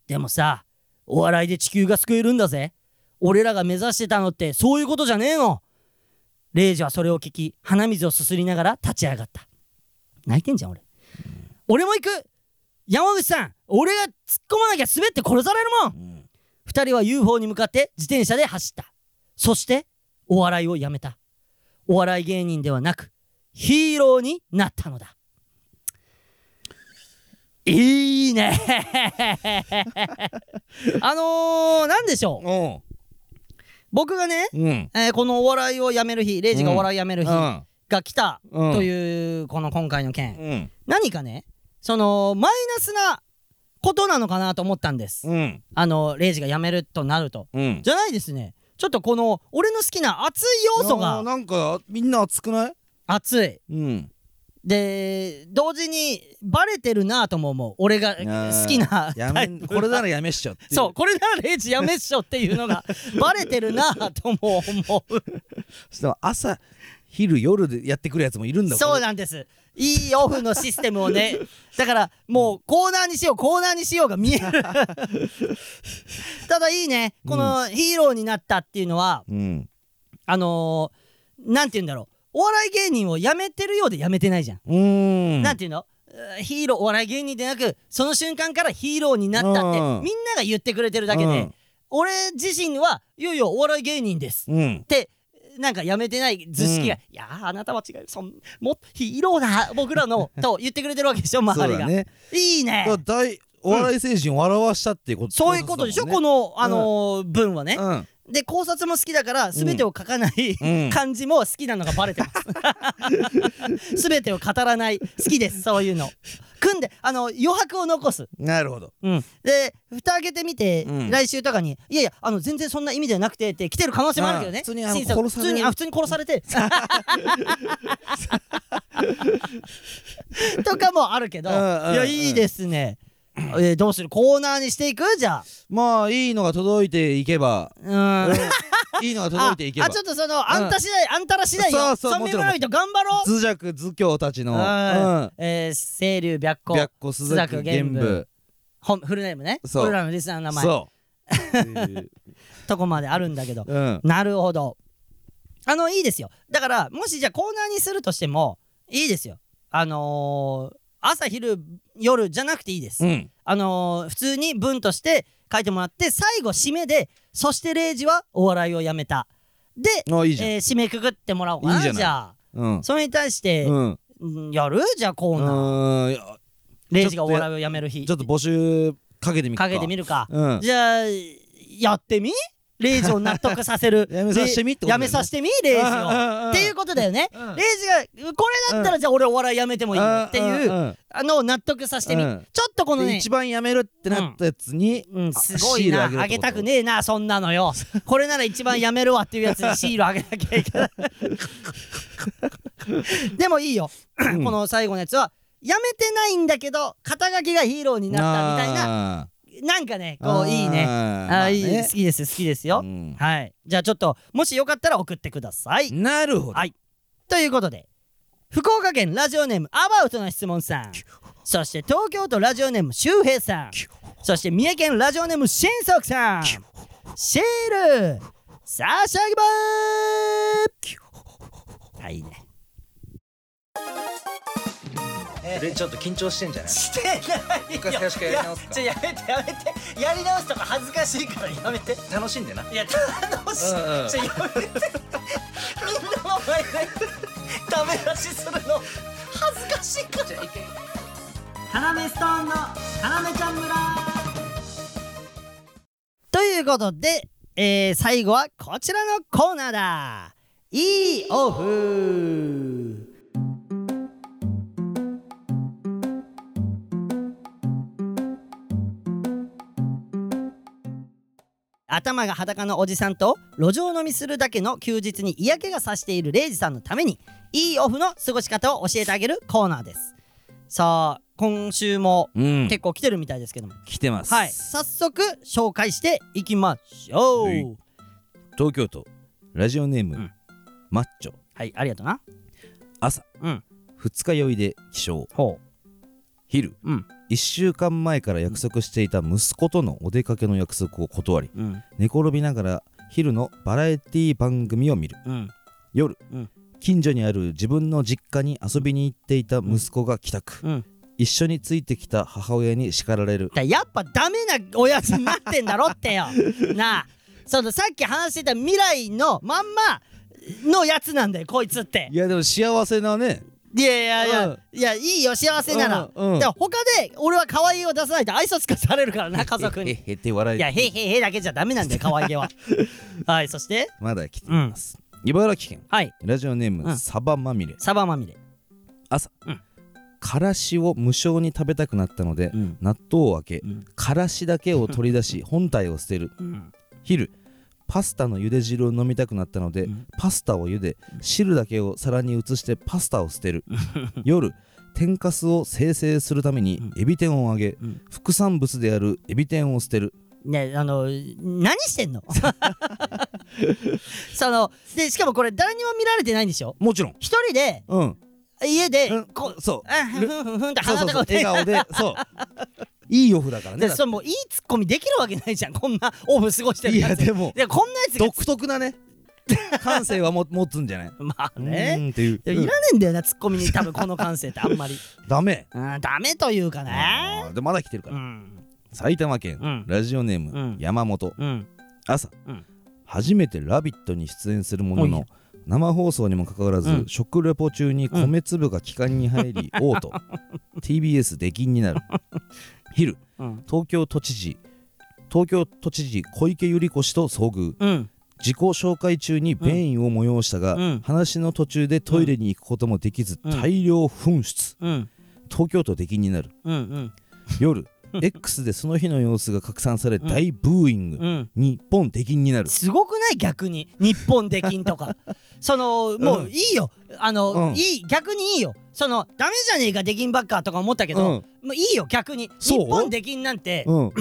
Speaker 1: でもさお笑いで地球が救えるんだぜ俺らが目指してたのってそういうことじゃねえのレイジはそれを聞き鼻水をすすりながら立ち上がった泣いてんじゃん俺俺も行く山口さん俺が突っ込まなきゃ滑って殺されるもん
Speaker 2: うん
Speaker 1: 2人は UFO に向かって自転車で走ったそしてお笑いをやめたお笑い芸人ではなくヒーローになったのだいいね あのー、なんでしょう
Speaker 2: お
Speaker 1: 僕がね、
Speaker 2: ううん
Speaker 1: えーこのお笑いをやめる日レイジがお笑いやめる日が来た
Speaker 2: うん
Speaker 1: というこの今回の件
Speaker 2: うん
Speaker 1: 何かねそのマイナスなことなのかなと思ったんです
Speaker 2: うん
Speaker 1: あのレイジがやめるとなると
Speaker 2: うん
Speaker 1: じゃないですね。ちょっとこの俺の好きな熱い要素
Speaker 2: あ
Speaker 1: が
Speaker 2: ーなんかみんな熱くない
Speaker 1: 熱い。
Speaker 2: うん
Speaker 1: で同時にバレてるなぁとも思う俺が好きな
Speaker 2: や
Speaker 1: タ
Speaker 2: め
Speaker 1: イプが
Speaker 2: これならやめしちゃうってい
Speaker 1: そうこれならレイジやめっしょっていうの がバレてるなぁとも思う
Speaker 2: そしたら朝昼夜でやってくるやつもいるんだ
Speaker 1: そう
Speaker 2: だ
Speaker 1: なんですいいオフのシステムをねだからもうコーナーにしようコーナーにしようが見える ただいいねこのヒーローになったっていうのは
Speaker 2: うん
Speaker 1: あのー、なんて言うんだろうお笑い芸人をやめてるようでやめてないじゃん
Speaker 2: うーん
Speaker 1: なんていうのえーヒーローお笑い芸人でなくその瞬間からヒーローになったってみん
Speaker 2: うん
Speaker 1: なが言ってくれてるだけで、
Speaker 2: うん
Speaker 1: 俺自身はいよいよお笑い芸人ですっ
Speaker 2: うん
Speaker 1: てなんかやめてない図式が、
Speaker 2: う
Speaker 1: いやーあなたは違うそんもっとヒーローだ僕ら のと言ってくれてるわけでしょ 周
Speaker 2: そう
Speaker 1: りが、
Speaker 2: だね
Speaker 1: いいね
Speaker 2: だから大お笑い精神を笑わしたっていうこと
Speaker 1: そういうことでしょ、こ
Speaker 2: の
Speaker 1: の、あのー文はね、
Speaker 2: うん
Speaker 1: で考察も好きだから全てを書かない、
Speaker 2: うん
Speaker 1: 感じも好きなのがバレて ます。全てを語らない好きですそういうの。組んであの余白を残す。
Speaker 2: なるほど
Speaker 1: うん、で蓋開けてみて、
Speaker 2: うん
Speaker 1: 来週とかに「いやいやあの全然そんな意味じゃなくて」って来てる可能性もあるけどね
Speaker 2: ああ普通にあの
Speaker 1: 審査
Speaker 2: 殺され
Speaker 1: 普通にあ普通に殺されて とかもあるけど、
Speaker 2: うんうん
Speaker 1: いやいいですね、えーどうするコーナーにしていくじゃあ
Speaker 2: まあいいのが届いてい けば
Speaker 1: うん
Speaker 2: いいのが届いていけば
Speaker 1: ああちょっとそのあんた次第、あんたら次第よ
Speaker 2: そうそう
Speaker 1: 村民
Speaker 2: もちろん
Speaker 1: 村人頑張ろう
Speaker 2: 頭弱図教たちの
Speaker 1: は
Speaker 2: 白
Speaker 1: いえー清流白
Speaker 2: 骨
Speaker 1: 虎
Speaker 2: 朱雀玄武
Speaker 1: ほんフルネームね
Speaker 2: そう
Speaker 1: 俺らのリスナーの名前
Speaker 2: そう
Speaker 1: とこまであるんだけ ど
Speaker 2: うん
Speaker 1: なるほどあのいいですよだからもしじゃあコーナーにするとしてもいいですよあのー朝昼夜じゃなくていいです、
Speaker 2: うん
Speaker 1: あのー普通に文として書いてもらって最後締めで「そして0時はお笑いをやめた」で、
Speaker 2: あいいじゃん
Speaker 1: えー締めくくってもらおうかない
Speaker 2: いじゃない
Speaker 1: じゃあ
Speaker 2: うん
Speaker 1: それに対して、
Speaker 2: うん
Speaker 1: うんやるじゃあコーナー、
Speaker 2: うーんいや
Speaker 1: レイジがお笑いをやめる日
Speaker 2: ちょっと募集かけてみっ
Speaker 1: かけてみるか、
Speaker 2: うん
Speaker 1: じゃあやってみレイジを納得させる
Speaker 2: やめさせてみってことだ
Speaker 1: や
Speaker 2: よね
Speaker 1: めさせてみレイジを
Speaker 2: ああああ
Speaker 1: っていうことだよね、
Speaker 2: うん
Speaker 1: レイジがこれだったらじゃあ俺お笑いやめてもいいよっていう
Speaker 2: うんうん
Speaker 1: あの納得させてみ、
Speaker 2: うん
Speaker 1: ちょっとこの
Speaker 2: で
Speaker 1: ね
Speaker 2: 一番やめるってなったやつに、
Speaker 1: うん、
Speaker 2: あ
Speaker 1: すごいな
Speaker 2: シール
Speaker 1: あげたく
Speaker 2: え
Speaker 1: ねえなそんなの よこれなら一番やめるわっていうやつにシールあげなきゃいけないでもいい よ
Speaker 2: うん
Speaker 1: この最後のやつはやめてないんだけど肩書きがヒーローになったみたいな
Speaker 2: な
Speaker 1: なんかねこういいねあー、
Speaker 2: あ
Speaker 1: いい好きです好きですよ、はいじゃあちょっともしよかったら送ってください、
Speaker 2: なるほど
Speaker 1: はいということで福岡県ラジオネームアバウトな質問さんそして東京都ラジオネーム周平さんそして三重県ラジオネーム新足さんシール差し上げまーはいいいね
Speaker 3: でちょっと緊張してんじゃない
Speaker 1: してない
Speaker 3: 一回最初からやり直すか
Speaker 1: やめてやめてやり直すとか恥ずかしいからやめて
Speaker 3: 楽しんでない
Speaker 1: や楽しい、
Speaker 3: うんうん
Speaker 1: ちょやめてみんなの前でダメ出しするの恥ずかしいからカナメストーンのカナメちゃん村ということで、えー、最後はこちらのコーナーだいいオフ頭が裸のおじさんと路上飲みするだけの休日に嫌気がさしているレイジさんのためにいいオフの過ごし方を教えてあげるコーナーですさあ今週も
Speaker 2: うん
Speaker 1: 結構来てるみたいですけども、
Speaker 2: 来てます、
Speaker 1: はい早速紹介していきましょう
Speaker 2: はい東京都ラジオネーム、
Speaker 1: うん
Speaker 2: マッチョ
Speaker 1: はいありがとうな
Speaker 2: 朝
Speaker 1: うん
Speaker 2: 二日酔いで起床
Speaker 1: ほ
Speaker 2: 昼
Speaker 1: ううん
Speaker 2: 1週間前から約束していた息子とのお出かけの約束を断り
Speaker 1: うん
Speaker 2: 寝転びながら昼のバラエティ番組を見る
Speaker 1: うん
Speaker 2: 夜、
Speaker 1: うん
Speaker 2: 近所にある自分の実家に遊びに行っていた息子が帰宅、
Speaker 1: うん
Speaker 2: 一緒についてきた母親に叱られる
Speaker 1: だやっぱダメなおやつになってんだろ ってよなあそのさっき話してた未来のまんまのやつなんだよこいつって
Speaker 2: いやでも幸せなね
Speaker 1: いやいやいや、
Speaker 2: うん
Speaker 1: いやいいよ幸せなら、
Speaker 2: うんうん
Speaker 1: でも他で俺は可愛いを出さないと愛想つかされるから な家族
Speaker 2: へ
Speaker 1: に
Speaker 2: へへって笑
Speaker 1: い
Speaker 2: い
Speaker 1: やへいへいへいだけじゃダメなんだよ可愛げは はいそして
Speaker 2: まだ来ています、茨城県
Speaker 1: はい
Speaker 2: ラジオネーム、
Speaker 1: うん
Speaker 2: サバまみれ
Speaker 1: サバまみれ
Speaker 2: 朝、
Speaker 1: うん
Speaker 2: からしを無償に食べたくなったので、
Speaker 1: うん
Speaker 2: 納豆を開け、
Speaker 1: うん
Speaker 2: からしだけを取り 出し本体を捨てる
Speaker 1: うん
Speaker 2: 昼パスタの茹で汁を飲みたくなったので、
Speaker 1: うん
Speaker 2: パスタを茹で汁だけを皿に移してパスタを 捨てる夜天かすを生成するためにエビ天を揚げ、
Speaker 1: ん
Speaker 2: 副産物であるエビ天を捨てる
Speaker 1: ねあの何して んのそのでしかもこれ誰にも見られてないんでしょ
Speaker 2: もちろん
Speaker 1: 一人で
Speaker 2: うん、
Speaker 1: 家で
Speaker 2: うん
Speaker 1: こう
Speaker 2: そう
Speaker 1: あふんふんふんって
Speaker 2: そうそ
Speaker 1: 鼻と
Speaker 2: うそう
Speaker 1: か
Speaker 2: 笑顔で そういいオフだからね
Speaker 1: でそれもういいツッコミできるわけないじゃんこんなオフ過ごしてる
Speaker 2: い
Speaker 1: や
Speaker 2: や
Speaker 1: ついや
Speaker 2: でも
Speaker 1: こんなやつが
Speaker 2: 独特 なね感性はも持つんじゃない
Speaker 1: まあ
Speaker 2: う
Speaker 1: ね
Speaker 2: ーんっていう
Speaker 1: でもいらねえんだよな、ツッコミに多分この感性ってあんまり。
Speaker 2: うんダメ
Speaker 1: うん、ダメというかね。
Speaker 2: あーでまだ来てるか
Speaker 1: う
Speaker 2: ら、
Speaker 1: ん。
Speaker 2: 埼玉県、
Speaker 1: うん
Speaker 2: ラジオネーム、
Speaker 1: うん
Speaker 2: 山本
Speaker 1: うん。
Speaker 2: 朝、
Speaker 1: うん
Speaker 2: 初めて「ラビット!」に出演するもの
Speaker 1: おい
Speaker 2: の生放送にもかかわらず、
Speaker 1: うん
Speaker 2: 食レポ中に米粒が気管に入り嘔吐 TBS 出禁にな る昼
Speaker 1: うん。
Speaker 2: 東京都知事東京都知事小池百合子氏と遭遇
Speaker 1: うん。
Speaker 2: 自己紹介中に便意を催したが、
Speaker 1: うん
Speaker 2: 話の途中でトイレに行くこともできず、
Speaker 1: うん
Speaker 2: 大量紛失
Speaker 1: うん。
Speaker 2: 東京都出禁になる
Speaker 1: うん。
Speaker 2: 夜 X でその日の様子が拡散され大ブーイング、
Speaker 1: うん。
Speaker 2: 日本出禁になる
Speaker 1: すごくない逆に日本出禁と かそのもういいよあの、
Speaker 2: うん
Speaker 1: いい逆にいいよそのダメじゃねえか出禁ばっかとか思ったけど、
Speaker 2: うん
Speaker 1: もういいよ逆に日
Speaker 2: そう
Speaker 1: 本出禁なんて
Speaker 2: うん、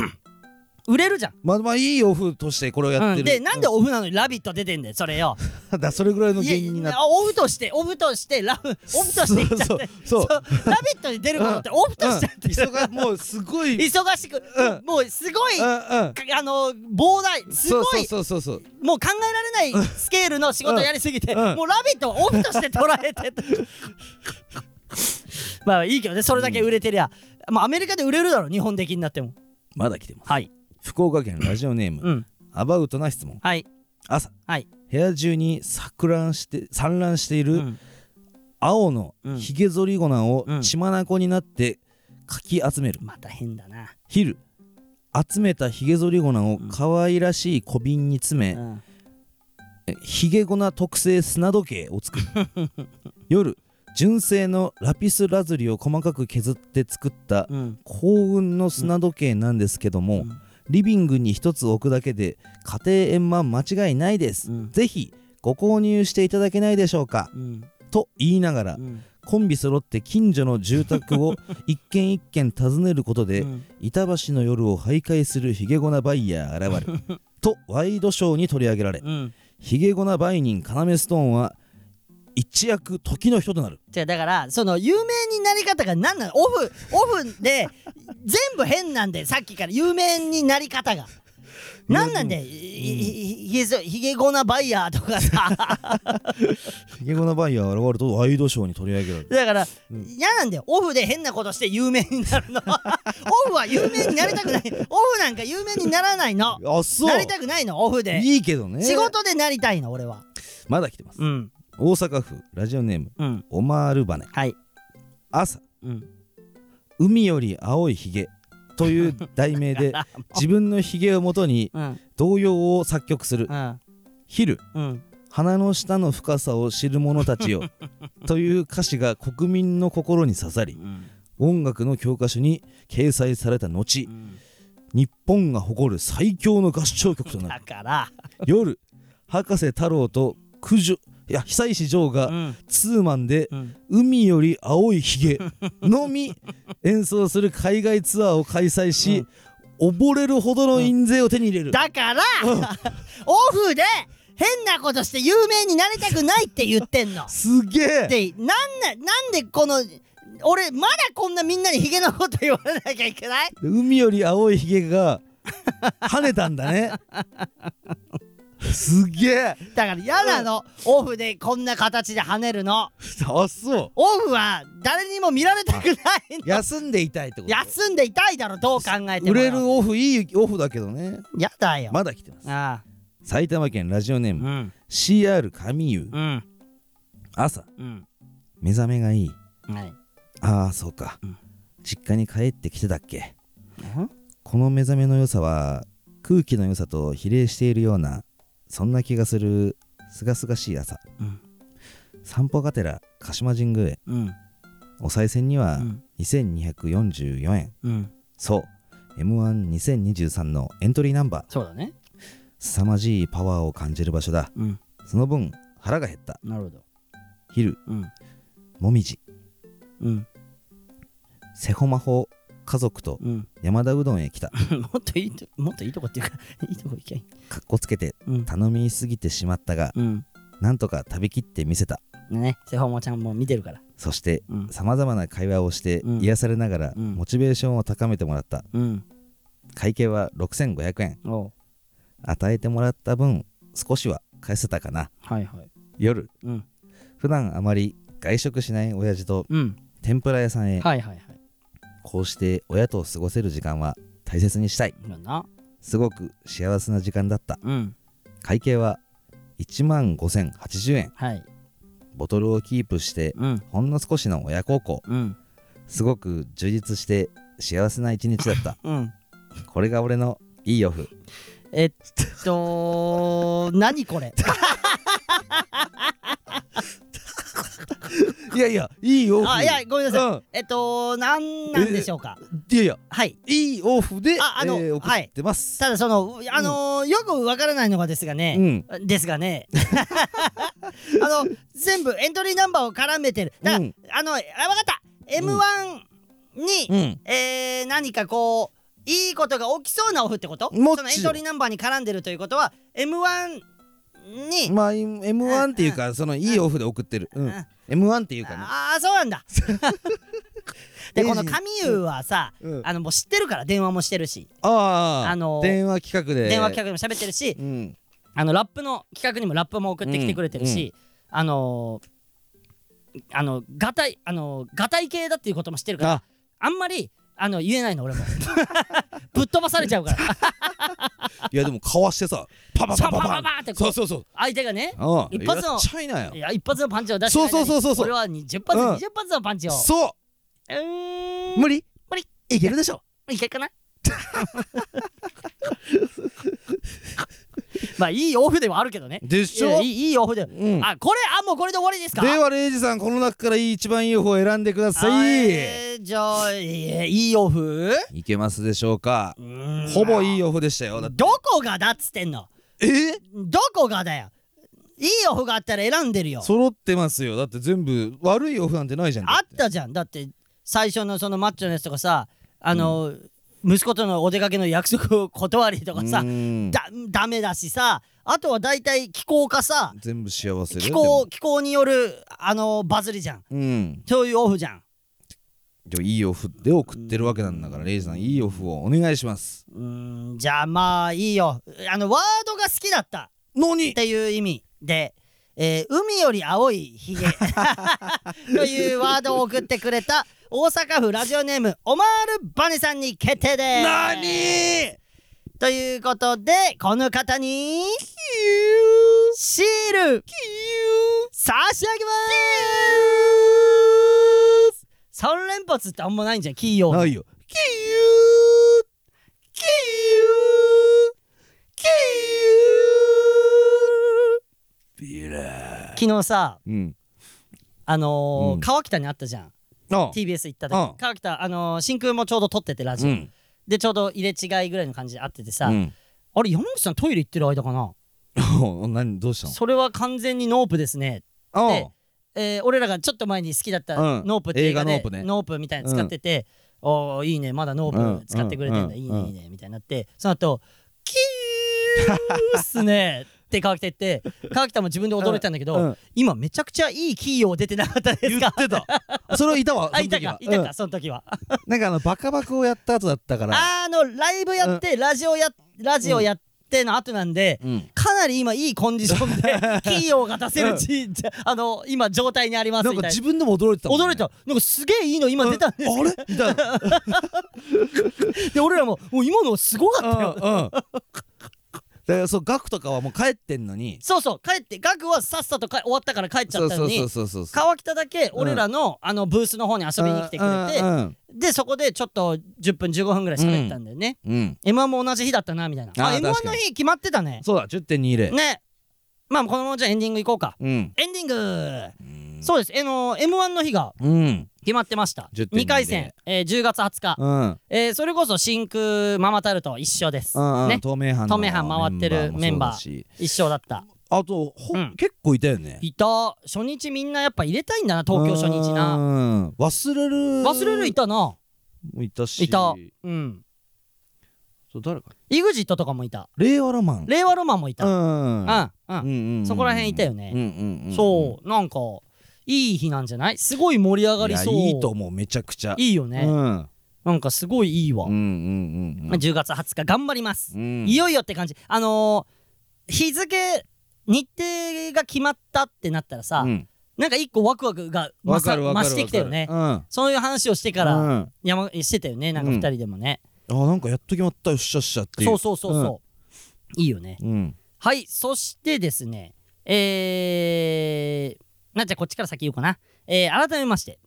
Speaker 1: 売れるじゃん、
Speaker 2: まあまあいいオフとしてこれをやってる、
Speaker 1: うんでなんでオフなのに「ラビット!」出てんだよそれよ
Speaker 2: た だそれぐらいの原因になっ
Speaker 1: いやオフとしてオフとしてラブオフとしていっちゃって
Speaker 2: そうそうそう
Speaker 1: ラビット!」に出ることってオフとしちゃって、
Speaker 2: て、うん、忙もうすごい
Speaker 1: 忙しく、
Speaker 2: うん
Speaker 1: もうすごい、
Speaker 2: うん
Speaker 1: か
Speaker 2: うん
Speaker 1: あの膨大すごい
Speaker 2: そうそうそうそう
Speaker 1: もう考えられないスケールの仕事やりすぎて、
Speaker 2: うんうん
Speaker 1: もう「ラビット!」をオフとして捉えてまあいいけどねそれだけ売れてりゃ、もうアメリカで売れるだろ日本的になっても
Speaker 2: まだ来てます
Speaker 1: はい
Speaker 2: 福岡県ラジオネーム、
Speaker 1: うん
Speaker 2: アバウトな質問
Speaker 1: はい
Speaker 2: 朝
Speaker 1: はい
Speaker 2: 部屋中に錯乱して散乱している、
Speaker 1: うん
Speaker 2: 青の
Speaker 1: うん
Speaker 2: ヒゲ剃り粉を
Speaker 1: うん
Speaker 2: 血眼になってかき集める、
Speaker 1: また変だな
Speaker 2: 昼集めたヒゲ剃り粉を可愛らしい小瓶に詰め、
Speaker 1: うん
Speaker 2: ヒゲ粉特製砂時計を 作る夜純正のラピスラズリを細かく削って作った
Speaker 1: うん
Speaker 2: 幸運の砂時計なんですけど
Speaker 1: う
Speaker 2: も、
Speaker 1: ん
Speaker 2: リビングに一つ置くだけで家庭円満間違いないです、
Speaker 1: うん
Speaker 2: ぜひご購入していただけないでしょうか
Speaker 1: うん
Speaker 2: と言いながら
Speaker 1: うん
Speaker 2: コンビ揃って近所の住宅 を一軒一軒訪ねることで、
Speaker 1: うん
Speaker 2: 板橋の夜を徘徊するヒゲゴナバイヤー現れるとワイドショーに取り上げられ
Speaker 1: うん
Speaker 2: ヒゲゴナバイ人要ストーンは一躍時の人となる
Speaker 1: じゃあだからその有名になり方が何なのオフオフで全部変なんでさっきから有名になり方が何なんでいいいひげそひげごなバイヤーとかさ
Speaker 2: ヒゲゴナバイヤー現れるとワイドショーに取り上げられる
Speaker 1: だから嫌なんだよオフで変なことして有名になるの オフは有名になりたくないオフなんか有名にならないの
Speaker 2: あそう
Speaker 1: なりたくないのオフで
Speaker 2: いいけどね
Speaker 1: 仕事でなりたいの俺は
Speaker 2: まだ来てます
Speaker 1: うん
Speaker 2: 大阪府ラジオネーム
Speaker 1: うん
Speaker 2: オマールバネ
Speaker 1: はい
Speaker 2: 朝
Speaker 1: うん
Speaker 2: 海より青いヒゲという題名 で自分のヒゲをもとに
Speaker 1: うん
Speaker 2: 童謡を作曲する
Speaker 1: うん
Speaker 2: 昼
Speaker 1: うん
Speaker 2: 鼻の下の深さを知る者たちよ という歌詞が国民の心に刺さり音楽の教科書に掲載された後、日本が誇る最強の合唱曲 とな
Speaker 1: だ
Speaker 2: る
Speaker 1: から
Speaker 2: 夜博士太郎と九条いや久石譲
Speaker 1: う
Speaker 2: が
Speaker 1: ん
Speaker 2: ツーマンで
Speaker 1: うん
Speaker 2: 「海より青いひ げ」のみ演奏する海外ツアーを開催し、溺れるほどの印税を手に入れる、
Speaker 1: だからオフで変なことして有名になりたくないって言ってんの
Speaker 2: すげえ
Speaker 1: でなんななんでこの俺まだこんなみんなにヒゲのこと言われなきゃいけない
Speaker 2: 海より青いひげが跳ねたんだねすげえ
Speaker 1: だから嫌なの、オフでこんな形で跳ねるの
Speaker 2: あそう
Speaker 1: オフは誰にも見られたくないの
Speaker 2: 休んでいたいってこと
Speaker 1: 休んでいたいだろどう考えても
Speaker 2: 売れるオフいいオフだけどね
Speaker 1: やだよ、
Speaker 2: まだ来てます
Speaker 1: ああ
Speaker 2: 埼玉県ラジオネー
Speaker 1: う
Speaker 2: ム
Speaker 1: ん
Speaker 2: CR 神優
Speaker 1: うん
Speaker 2: 朝
Speaker 1: うん
Speaker 2: 目覚めがいい
Speaker 1: はい
Speaker 2: ああそうか
Speaker 1: うん
Speaker 2: 実家に帰ってきてたっけこの目覚めの良さは空気の良さと比例しているようなそんな気がするすがすがしい朝
Speaker 1: うん
Speaker 2: 散歩がてら鹿島神宮へ
Speaker 1: うん
Speaker 2: お賽銭には
Speaker 1: うん
Speaker 2: 2244円
Speaker 1: うん
Speaker 2: そう m 1 2 0 2 3のエントリーナンバー
Speaker 1: そうだね
Speaker 2: 凄まじいパワーを感じる場所だ
Speaker 1: うん
Speaker 2: その分腹が減った
Speaker 1: なるほど
Speaker 2: 昼
Speaker 1: うん
Speaker 2: もみじ
Speaker 1: うん
Speaker 2: セホマホ家族と
Speaker 1: うん
Speaker 2: 山田うどんへ来た
Speaker 1: もっといいともっといいとこっていうか いいとこ行きゃいい
Speaker 2: かっこつけて
Speaker 1: うん
Speaker 2: 頼みすぎてしまったが
Speaker 1: うん
Speaker 2: なんとか食べきってみせた
Speaker 1: ねセホモちゃんも見てるから
Speaker 2: そして
Speaker 1: うん
Speaker 2: さまざまな会話をして
Speaker 1: うん
Speaker 2: 癒されながら
Speaker 1: うん
Speaker 2: モチベーションを高めてもらった
Speaker 1: うん
Speaker 2: 会計は6500円
Speaker 1: おう
Speaker 2: 与えてもらった分少しは返せたかな
Speaker 1: はいはい
Speaker 2: 夜
Speaker 1: うん
Speaker 2: 普段あまり外食しない親父と
Speaker 1: うん
Speaker 2: 天ぷら屋さんへ
Speaker 1: はいはいはい
Speaker 2: こうして親と過ごせる時間は大切にしたい
Speaker 1: だな
Speaker 2: すごく幸せな時間だった
Speaker 1: うん
Speaker 2: 会計は1万5080円
Speaker 1: はい
Speaker 2: ボトルをキープして
Speaker 1: うん
Speaker 2: ほんの少しの親孝行
Speaker 1: うん
Speaker 2: すごく充実して幸せな一日だった
Speaker 1: うん
Speaker 2: これが俺のいいオフ
Speaker 1: えっと何これ
Speaker 2: いやいやいいオ
Speaker 1: あいやごめんなさい、
Speaker 2: うん
Speaker 1: えっと何なんでしょうか
Speaker 2: いやいや
Speaker 1: はい
Speaker 2: いいオフで
Speaker 1: ああの
Speaker 2: えー送ってます、
Speaker 1: ただそのあのーよくわからないのがですがね、
Speaker 2: うん
Speaker 1: ですが ねあの全部エントリーナンバーを絡めてるだから、
Speaker 2: うん
Speaker 1: あのあ分かった
Speaker 2: ん
Speaker 1: m 1に、
Speaker 2: うん
Speaker 1: えー何かこういいことが起きそうなオフってこと
Speaker 2: もちろ
Speaker 1: その
Speaker 2: ん
Speaker 1: エントリーナンバーに絡んでるということは m 1に、
Speaker 2: まあ M- M1 っていうかそのいいオフで送ってる、うん
Speaker 1: うん
Speaker 2: M1 っていうかね
Speaker 1: ああそうなんだでこの神優はさ、
Speaker 2: うん
Speaker 1: あのもう知ってるから電話もしてるし、
Speaker 2: ああ、
Speaker 1: あのー
Speaker 2: 電話企画で
Speaker 1: 電話企画でも喋ってるし、
Speaker 2: 画うん
Speaker 1: あのラップの企画にもラップも送ってきてくれてるし、あのーあのガタイあのガタイ系だっていうことも知ってるからあ
Speaker 2: あ
Speaker 1: んまりあの言えないの俺もぶっ飛ばされちゃうから
Speaker 2: いやでもかわしてさパパパパ
Speaker 1: パパ
Speaker 2: パ
Speaker 1: パパってこう
Speaker 2: そうそうそう
Speaker 1: 相手がね
Speaker 2: ああ
Speaker 1: 一発の
Speaker 2: やっちゃいなよ
Speaker 1: いや一発のパンチを出してない
Speaker 2: そう
Speaker 1: のに
Speaker 2: そうそうそうそう
Speaker 1: 俺は20発、
Speaker 2: うん
Speaker 1: 20発のパンチを
Speaker 2: そう
Speaker 1: ーん
Speaker 2: 無理
Speaker 1: 無理
Speaker 2: いけるでしょ
Speaker 1: いけるかな まあいいオフではあるけどね
Speaker 2: でし
Speaker 1: いや
Speaker 2: ょ
Speaker 1: いいいいオフで、
Speaker 2: うん
Speaker 1: あこれあもうこれで終わりですか
Speaker 2: ではレイジさんこの中からいい一番いい方を選んでくださ
Speaker 1: あ
Speaker 2: い、
Speaker 1: えーじゃあえーいいオフ
Speaker 2: いけますでしょうか
Speaker 1: うーん
Speaker 2: ほぼいいオフでしたよだって
Speaker 1: どこがだっつってんの
Speaker 2: え
Speaker 1: どこがだよいいオフがあったら選んでるよ
Speaker 2: 揃ってますよだって全部悪いオフなんてないじゃん
Speaker 1: あったじゃんだって最初のそのマッチョのやつとかさあの、息子とのお出かけの約束を断りとかさ、
Speaker 2: うん
Speaker 1: だダメだしさあとは大体気候かさ
Speaker 2: 全部幸せで
Speaker 1: 気
Speaker 2: でも
Speaker 1: 候気候によるあのバズりじゃん
Speaker 2: うん
Speaker 1: そういうオフじゃん
Speaker 2: でもいいオフで送ってるわけなんだからレイジさんいいオフをお願いします
Speaker 1: うーんじゃあまあいいよあのワードが好きだった
Speaker 2: の
Speaker 1: っ
Speaker 2: に
Speaker 1: ていう意味で、えー海より青いひげ というワードを送ってくれた大阪府ラジオネームオマールバネさんに決定です
Speaker 2: なに
Speaker 1: ということでこの方にシール差し上げます三連発ってあんまないんじゃんキーヨー
Speaker 2: ないよキューキューキュービラ
Speaker 1: 昨日さ
Speaker 2: うん
Speaker 1: あのー
Speaker 2: うん
Speaker 1: 川北にあったじゃん
Speaker 2: あ
Speaker 1: TBS 行った
Speaker 2: ああ
Speaker 1: 時川北あのー真空もちょうど撮っててラジ
Speaker 2: う
Speaker 1: オ、
Speaker 2: ん
Speaker 1: でちょうど入れ違いぐらいの感じで会っててさ、
Speaker 2: うん
Speaker 1: あれ山口さんトイレ行ってる間かな
Speaker 2: 何どうしたの
Speaker 1: それは完全にノープですね、
Speaker 2: あ
Speaker 1: でえー俺らがちょっと前に好きだった
Speaker 2: うん
Speaker 1: ノープっていう映画で、
Speaker 2: 映画ノープね
Speaker 1: ノープみたいに使ってて、おーいいねまだノー
Speaker 2: う
Speaker 1: プ
Speaker 2: ん
Speaker 1: 使ってくれてんだ、
Speaker 2: うん
Speaker 1: いいね
Speaker 2: うん
Speaker 1: いいねみたいになってその後キーっすねって川北言って川北も自分で驚いたんだけど、
Speaker 2: うんうん
Speaker 1: 今めちゃくちゃいいキーを出てなかったですか
Speaker 2: 出たそれはいたわ
Speaker 1: あいたか
Speaker 2: その時はい
Speaker 1: た
Speaker 2: うん
Speaker 1: かその時は、
Speaker 2: なんかあのバカバカをやった後だったから
Speaker 1: あのライブやって、ラジオやラジオやっての後なんで、
Speaker 2: うん
Speaker 1: かなり今いいコンディショ ンで企業が出せるち、じゃあの今状態にあります
Speaker 2: なん
Speaker 1: み
Speaker 2: か
Speaker 1: たい
Speaker 2: 自
Speaker 1: な。
Speaker 2: 分でも驚いてたもんね
Speaker 1: 驚いたなんかすげえいいの今出たんです
Speaker 2: あれいた
Speaker 1: で俺らも「もう今のすごかったよ」
Speaker 2: うんうんだからそう額とかはもう帰ってんのに
Speaker 1: そうそう帰ってガクはさっさとか終わったから帰っちゃったのに
Speaker 2: そうそうそうそうそう
Speaker 1: 川北だけ俺らの,、あのブースの方に遊びに来てくれて、
Speaker 2: うんうん
Speaker 1: でそこでちょっと10分15分ぐらい喋ったんだよね、
Speaker 2: うん
Speaker 1: m 1も同じ日だったなみたいなあ
Speaker 2: あー
Speaker 1: m
Speaker 2: 確
Speaker 1: 1
Speaker 2: か
Speaker 1: の
Speaker 2: に
Speaker 1: 日決まってたね
Speaker 2: そうだ10.20
Speaker 1: ねまあこのままじゃあエンディングいこうか
Speaker 2: うん
Speaker 1: エンディングそうですあの m 1の日が
Speaker 2: うん
Speaker 1: 決まってました
Speaker 2: 10.2
Speaker 1: 2回戦、えー10月20日、
Speaker 2: うん
Speaker 1: えーそれこそ真空ママタルト一緒です、
Speaker 2: うんうん
Speaker 1: ね
Speaker 2: 透明版
Speaker 1: 透明版回ってるメンバー
Speaker 2: もそうだし
Speaker 1: 一緒だった
Speaker 2: あとほ
Speaker 1: うん
Speaker 2: 結構いたよね
Speaker 1: いた初日みんなやっぱ入れたいんだな東京初日な
Speaker 2: な忘れる
Speaker 1: 忘れるいたな
Speaker 2: もいたし
Speaker 1: いたうん
Speaker 2: そう誰か
Speaker 1: EXIT とかもいた
Speaker 2: 令和ロマン
Speaker 1: 令和ロマンもいた
Speaker 2: う
Speaker 1: うんうん、
Speaker 2: んうんうん
Speaker 1: そこら辺いたよね
Speaker 2: うんうんうん
Speaker 1: そうなんかいい日なんじゃないすごい盛り上がりそう
Speaker 2: いやいいと思うめちゃくちゃい
Speaker 1: いいよね、
Speaker 2: うん
Speaker 1: なんかすごいいいわ、
Speaker 2: うんうんうん
Speaker 1: まあ10月20日頑張ります
Speaker 2: う、ん
Speaker 1: いよいよって感じあのー日付日程が決まったってなったらさ、
Speaker 2: うん
Speaker 1: なんか一個ワクワクが増
Speaker 2: わ
Speaker 1: さ
Speaker 2: かるわか
Speaker 1: 増
Speaker 2: る
Speaker 1: してきたよね
Speaker 2: わか
Speaker 1: そういう話をしてか
Speaker 2: るう
Speaker 1: ら
Speaker 2: ん
Speaker 1: 山、してたよねなんか
Speaker 2: うん
Speaker 1: 二人でもね、
Speaker 2: うんあなんかやっと決まったよっしゃっしゃっていう
Speaker 1: そうそうそうそう、いいよね
Speaker 2: うん
Speaker 1: はいそしてですねえー、なっちゃんこっちから先言うかなえー、改めまして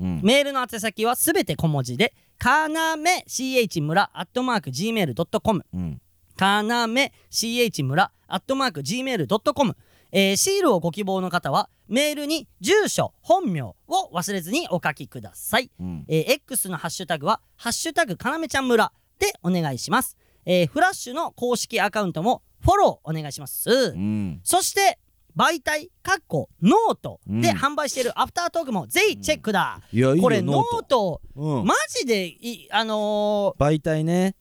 Speaker 2: うん
Speaker 1: メールの宛先はすべて小文字でかなめ ch 村アットマーク gmail.com
Speaker 2: うん
Speaker 1: かなめ ch 村アットマーク gmail.com、えーシールをご希望の方はメールに住所本名を忘れずにお書きください、
Speaker 2: うん
Speaker 1: えー X のハッシュタグは「ハッシュタグかなめちゃん村」でお願いします、えーフラッシュの公式アカウントもフォローお願いします、
Speaker 2: うん
Speaker 1: そして媒体かっこノートで
Speaker 2: うん
Speaker 1: 販売しているアフタートークもぜひチェックだ、
Speaker 2: いやいいよ
Speaker 1: これノ
Speaker 2: ノ
Speaker 1: ー
Speaker 2: ー
Speaker 1: ト
Speaker 2: うん
Speaker 1: マジでいあの
Speaker 2: 媒体ね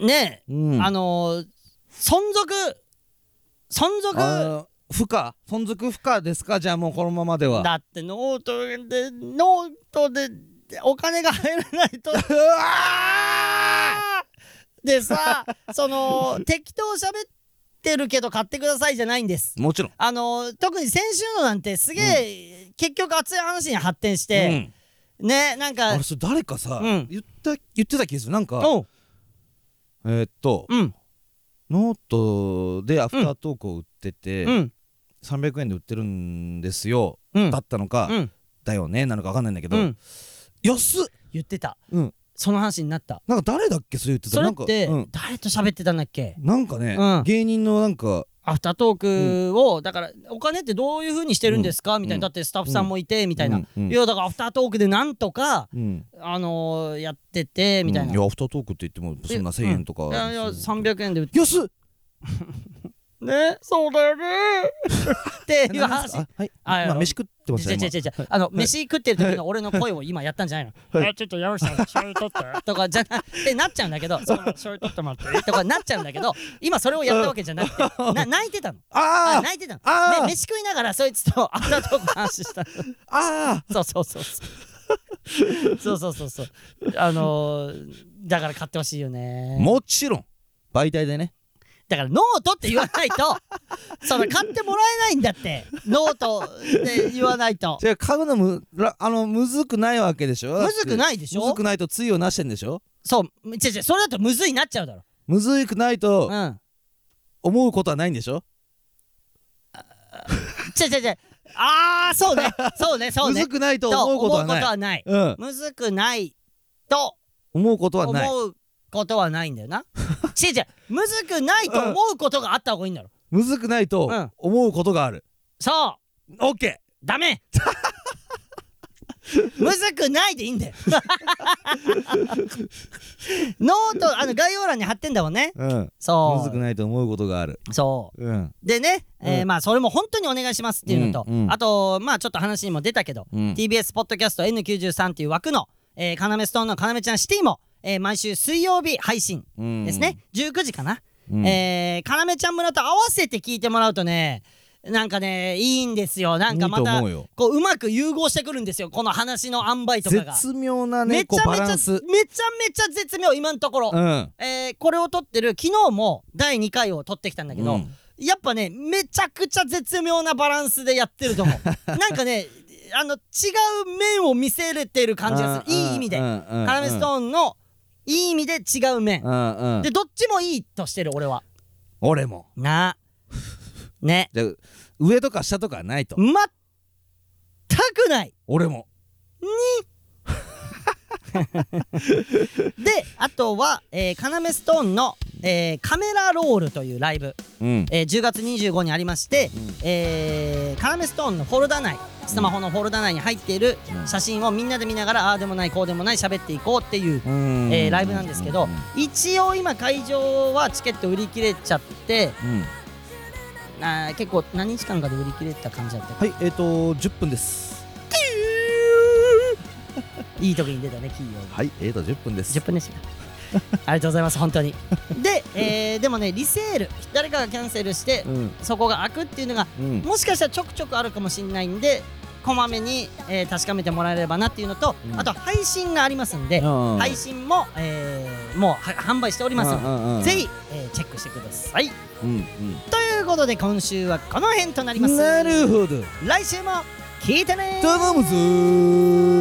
Speaker 1: ーねえ
Speaker 2: うん
Speaker 1: あのー存続存続だ
Speaker 2: あー負荷存続負荷ですかじゃあもうこのままでは
Speaker 1: ってノートでノートでお金が入らない と
Speaker 2: うわ
Speaker 1: でさその適当喋ってるけど買ってくださいじゃないんです
Speaker 2: ーもちろん
Speaker 1: あのー特に先週のなんてすげえ、結局熱い話に発展して、ねなん
Speaker 2: うんあ
Speaker 1: か
Speaker 2: れそれ誰かさ
Speaker 1: うん
Speaker 2: 言った言ってた気がするなんか
Speaker 1: おう
Speaker 2: えーっと
Speaker 1: うん
Speaker 2: ノートでアフタートークを売って
Speaker 1: う
Speaker 2: て
Speaker 1: ん
Speaker 2: 300円で売ってるんですよ
Speaker 1: うん
Speaker 2: だったのか
Speaker 1: うん
Speaker 2: だよねなのか分かんないんだけど
Speaker 1: うん
Speaker 2: 安っ
Speaker 1: 言ってた
Speaker 2: うん
Speaker 1: その話になった
Speaker 2: なんか誰だっけそれ言ってた
Speaker 1: それ
Speaker 2: な
Speaker 1: っ
Speaker 2: んか
Speaker 1: て
Speaker 2: うん
Speaker 1: 誰と喋ってたんだっけ
Speaker 2: なんかね、
Speaker 1: うん
Speaker 2: 芸人のなんか
Speaker 1: アフタートークをだからお金ってどういう風にしてるんですかみたい
Speaker 2: うん
Speaker 1: なだってスタッフさんもいてみたいな
Speaker 2: うんうん
Speaker 1: いやだからアフタートークでなんとか
Speaker 2: うん
Speaker 1: あのーやっててみたい
Speaker 2: うん
Speaker 1: ない
Speaker 2: やアフタートークって言ってもそんな1000円とか
Speaker 1: いやいや
Speaker 2: そん
Speaker 1: 300円で売って
Speaker 2: 安っ
Speaker 1: ねそうだ よねっていう
Speaker 2: なんで
Speaker 1: 話
Speaker 2: すかあはい
Speaker 1: あいや
Speaker 2: まあ飯食ってまし
Speaker 1: 違う違
Speaker 2: たよ
Speaker 1: う違う違うあの飯食ってる時の俺の声を今やったんじゃないの、
Speaker 2: はい
Speaker 1: えちょっと山下さん醤油取ってとかじゃなってなっちゃうんだけど その醤油取ってもらっていいとかなっちゃうんだけど今それをやったわけじゃなくてな泣いてたのあ
Speaker 2: あー
Speaker 1: 泣いてたの
Speaker 2: あー
Speaker 1: め飯食いながらそいつとアフタートークの話したの
Speaker 2: あー
Speaker 1: そうそうそうそうそうそうそうそうあのー、だから買ってほしいよね
Speaker 2: もちろん媒体でね
Speaker 1: だからノートって言わないと その買ってもらえないんだってノートって言わないと
Speaker 2: じゃあ買うのむらあのむずくないわけでしょ
Speaker 1: むずく
Speaker 2: い
Speaker 1: ないでしょ
Speaker 2: むずくないとついをなしてんでしょ
Speaker 1: そう、違う違う、それだとむずいになっちゃうだろ。
Speaker 2: むずくないうと
Speaker 1: ん。違
Speaker 2: 思うことはないんでしょ
Speaker 1: う違う違う。あー、そうね、そうね、そう
Speaker 2: む
Speaker 1: ね
Speaker 2: ず。くないと思うことはない
Speaker 1: ない。
Speaker 2: うん
Speaker 1: むずくないと
Speaker 2: 思うことはない
Speaker 1: 思うことはないんだよな。違う違う、むずくないと思うことがあった方がいいんだろ。
Speaker 2: むずくないうと
Speaker 1: ん
Speaker 2: 思うことがある
Speaker 1: そう、
Speaker 2: オッケ
Speaker 1: ダメ むずくないでいいんだよ。ノート、あの概要欄に貼ってんだもんね。
Speaker 2: ーうんむず
Speaker 1: そ
Speaker 2: くないと思うことがある
Speaker 1: う。そう。
Speaker 2: うん
Speaker 1: でね、えー
Speaker 2: うん
Speaker 1: まあそれも本当にお願いしますっていうのと、
Speaker 2: うんうん
Speaker 1: あとまあちょっと話にも出たけど、
Speaker 2: うん
Speaker 1: TBS ポッドキャスト N93 っていう枠の「えー要、ストーンの要ちゃんシティも」えー毎週水曜日配信
Speaker 2: うん
Speaker 1: ですね、19時かな、
Speaker 2: うん
Speaker 1: えー要ちゃん村と合わせて聞いてもらうとねなんかねいいんですよなんかま
Speaker 2: いいと
Speaker 1: た
Speaker 2: 思うよ
Speaker 1: こううまく融合してくるんですよこの話の塩梅とかが。
Speaker 2: 絶妙な
Speaker 1: め
Speaker 2: ね
Speaker 1: ちゃ
Speaker 2: こう
Speaker 1: め
Speaker 2: バ
Speaker 1: ちゃ
Speaker 2: ラ
Speaker 1: め
Speaker 2: ン
Speaker 1: ちゃ
Speaker 2: ス
Speaker 1: めちゃ絶妙今のところ、
Speaker 2: うん
Speaker 1: えーこれを撮ってる昨日も第2回を撮ってきたんだけど、
Speaker 2: うん
Speaker 1: やっぱねめちゃくちゃ絶妙なバランスでやってると 思うなんかねあの違う面を見せれてる感じがするいい意味でカラメスト
Speaker 2: ー
Speaker 1: ーンのいい意味で違う面
Speaker 2: ン
Speaker 1: でどっちもいいとしてる俺は
Speaker 2: 俺も
Speaker 1: なね
Speaker 2: じゃあ上とか下とかはないと
Speaker 1: 全くない
Speaker 2: 俺も
Speaker 1: であとは、えー、カナメストーンの、えーカメラロールというライブ、
Speaker 2: うん
Speaker 1: えー10月25にありまして、えーカナメストーンのフォルダ内スマホのフォルダ内に入っている
Speaker 2: うん
Speaker 1: 写真をみんなで見ながらああでもないこうでもない喋っていこうっていう、
Speaker 2: うん
Speaker 1: えーライブなんですけど一応今会場はチケット売り切れちゃって
Speaker 2: うん
Speaker 1: あー結構何日間かで売り切れた感じだった
Speaker 2: はいえっと10分です
Speaker 1: いい時に出たね企業
Speaker 2: はいえっと10分です
Speaker 1: 10分でした ありがとうございます本当にで、えーでもねリセール誰かがキャンセルして、
Speaker 2: うん
Speaker 1: そこが開くっていうのが
Speaker 2: うん
Speaker 1: もしかしたらちょくちょくあるかもしれないんでこまめに、えー確かめてもらえればなっていうのと、
Speaker 2: うん
Speaker 1: あと配信がありますんで、
Speaker 2: うん
Speaker 1: 配信も、えーもうは販売しておりますの
Speaker 2: ま
Speaker 1: で、ぜひ、えーチェックしてください。と
Speaker 2: うん
Speaker 1: いうことで今週はこの辺となり
Speaker 2: う
Speaker 1: ます。
Speaker 2: んなるほど
Speaker 1: 来週も聞いてねー
Speaker 2: 頼むぞー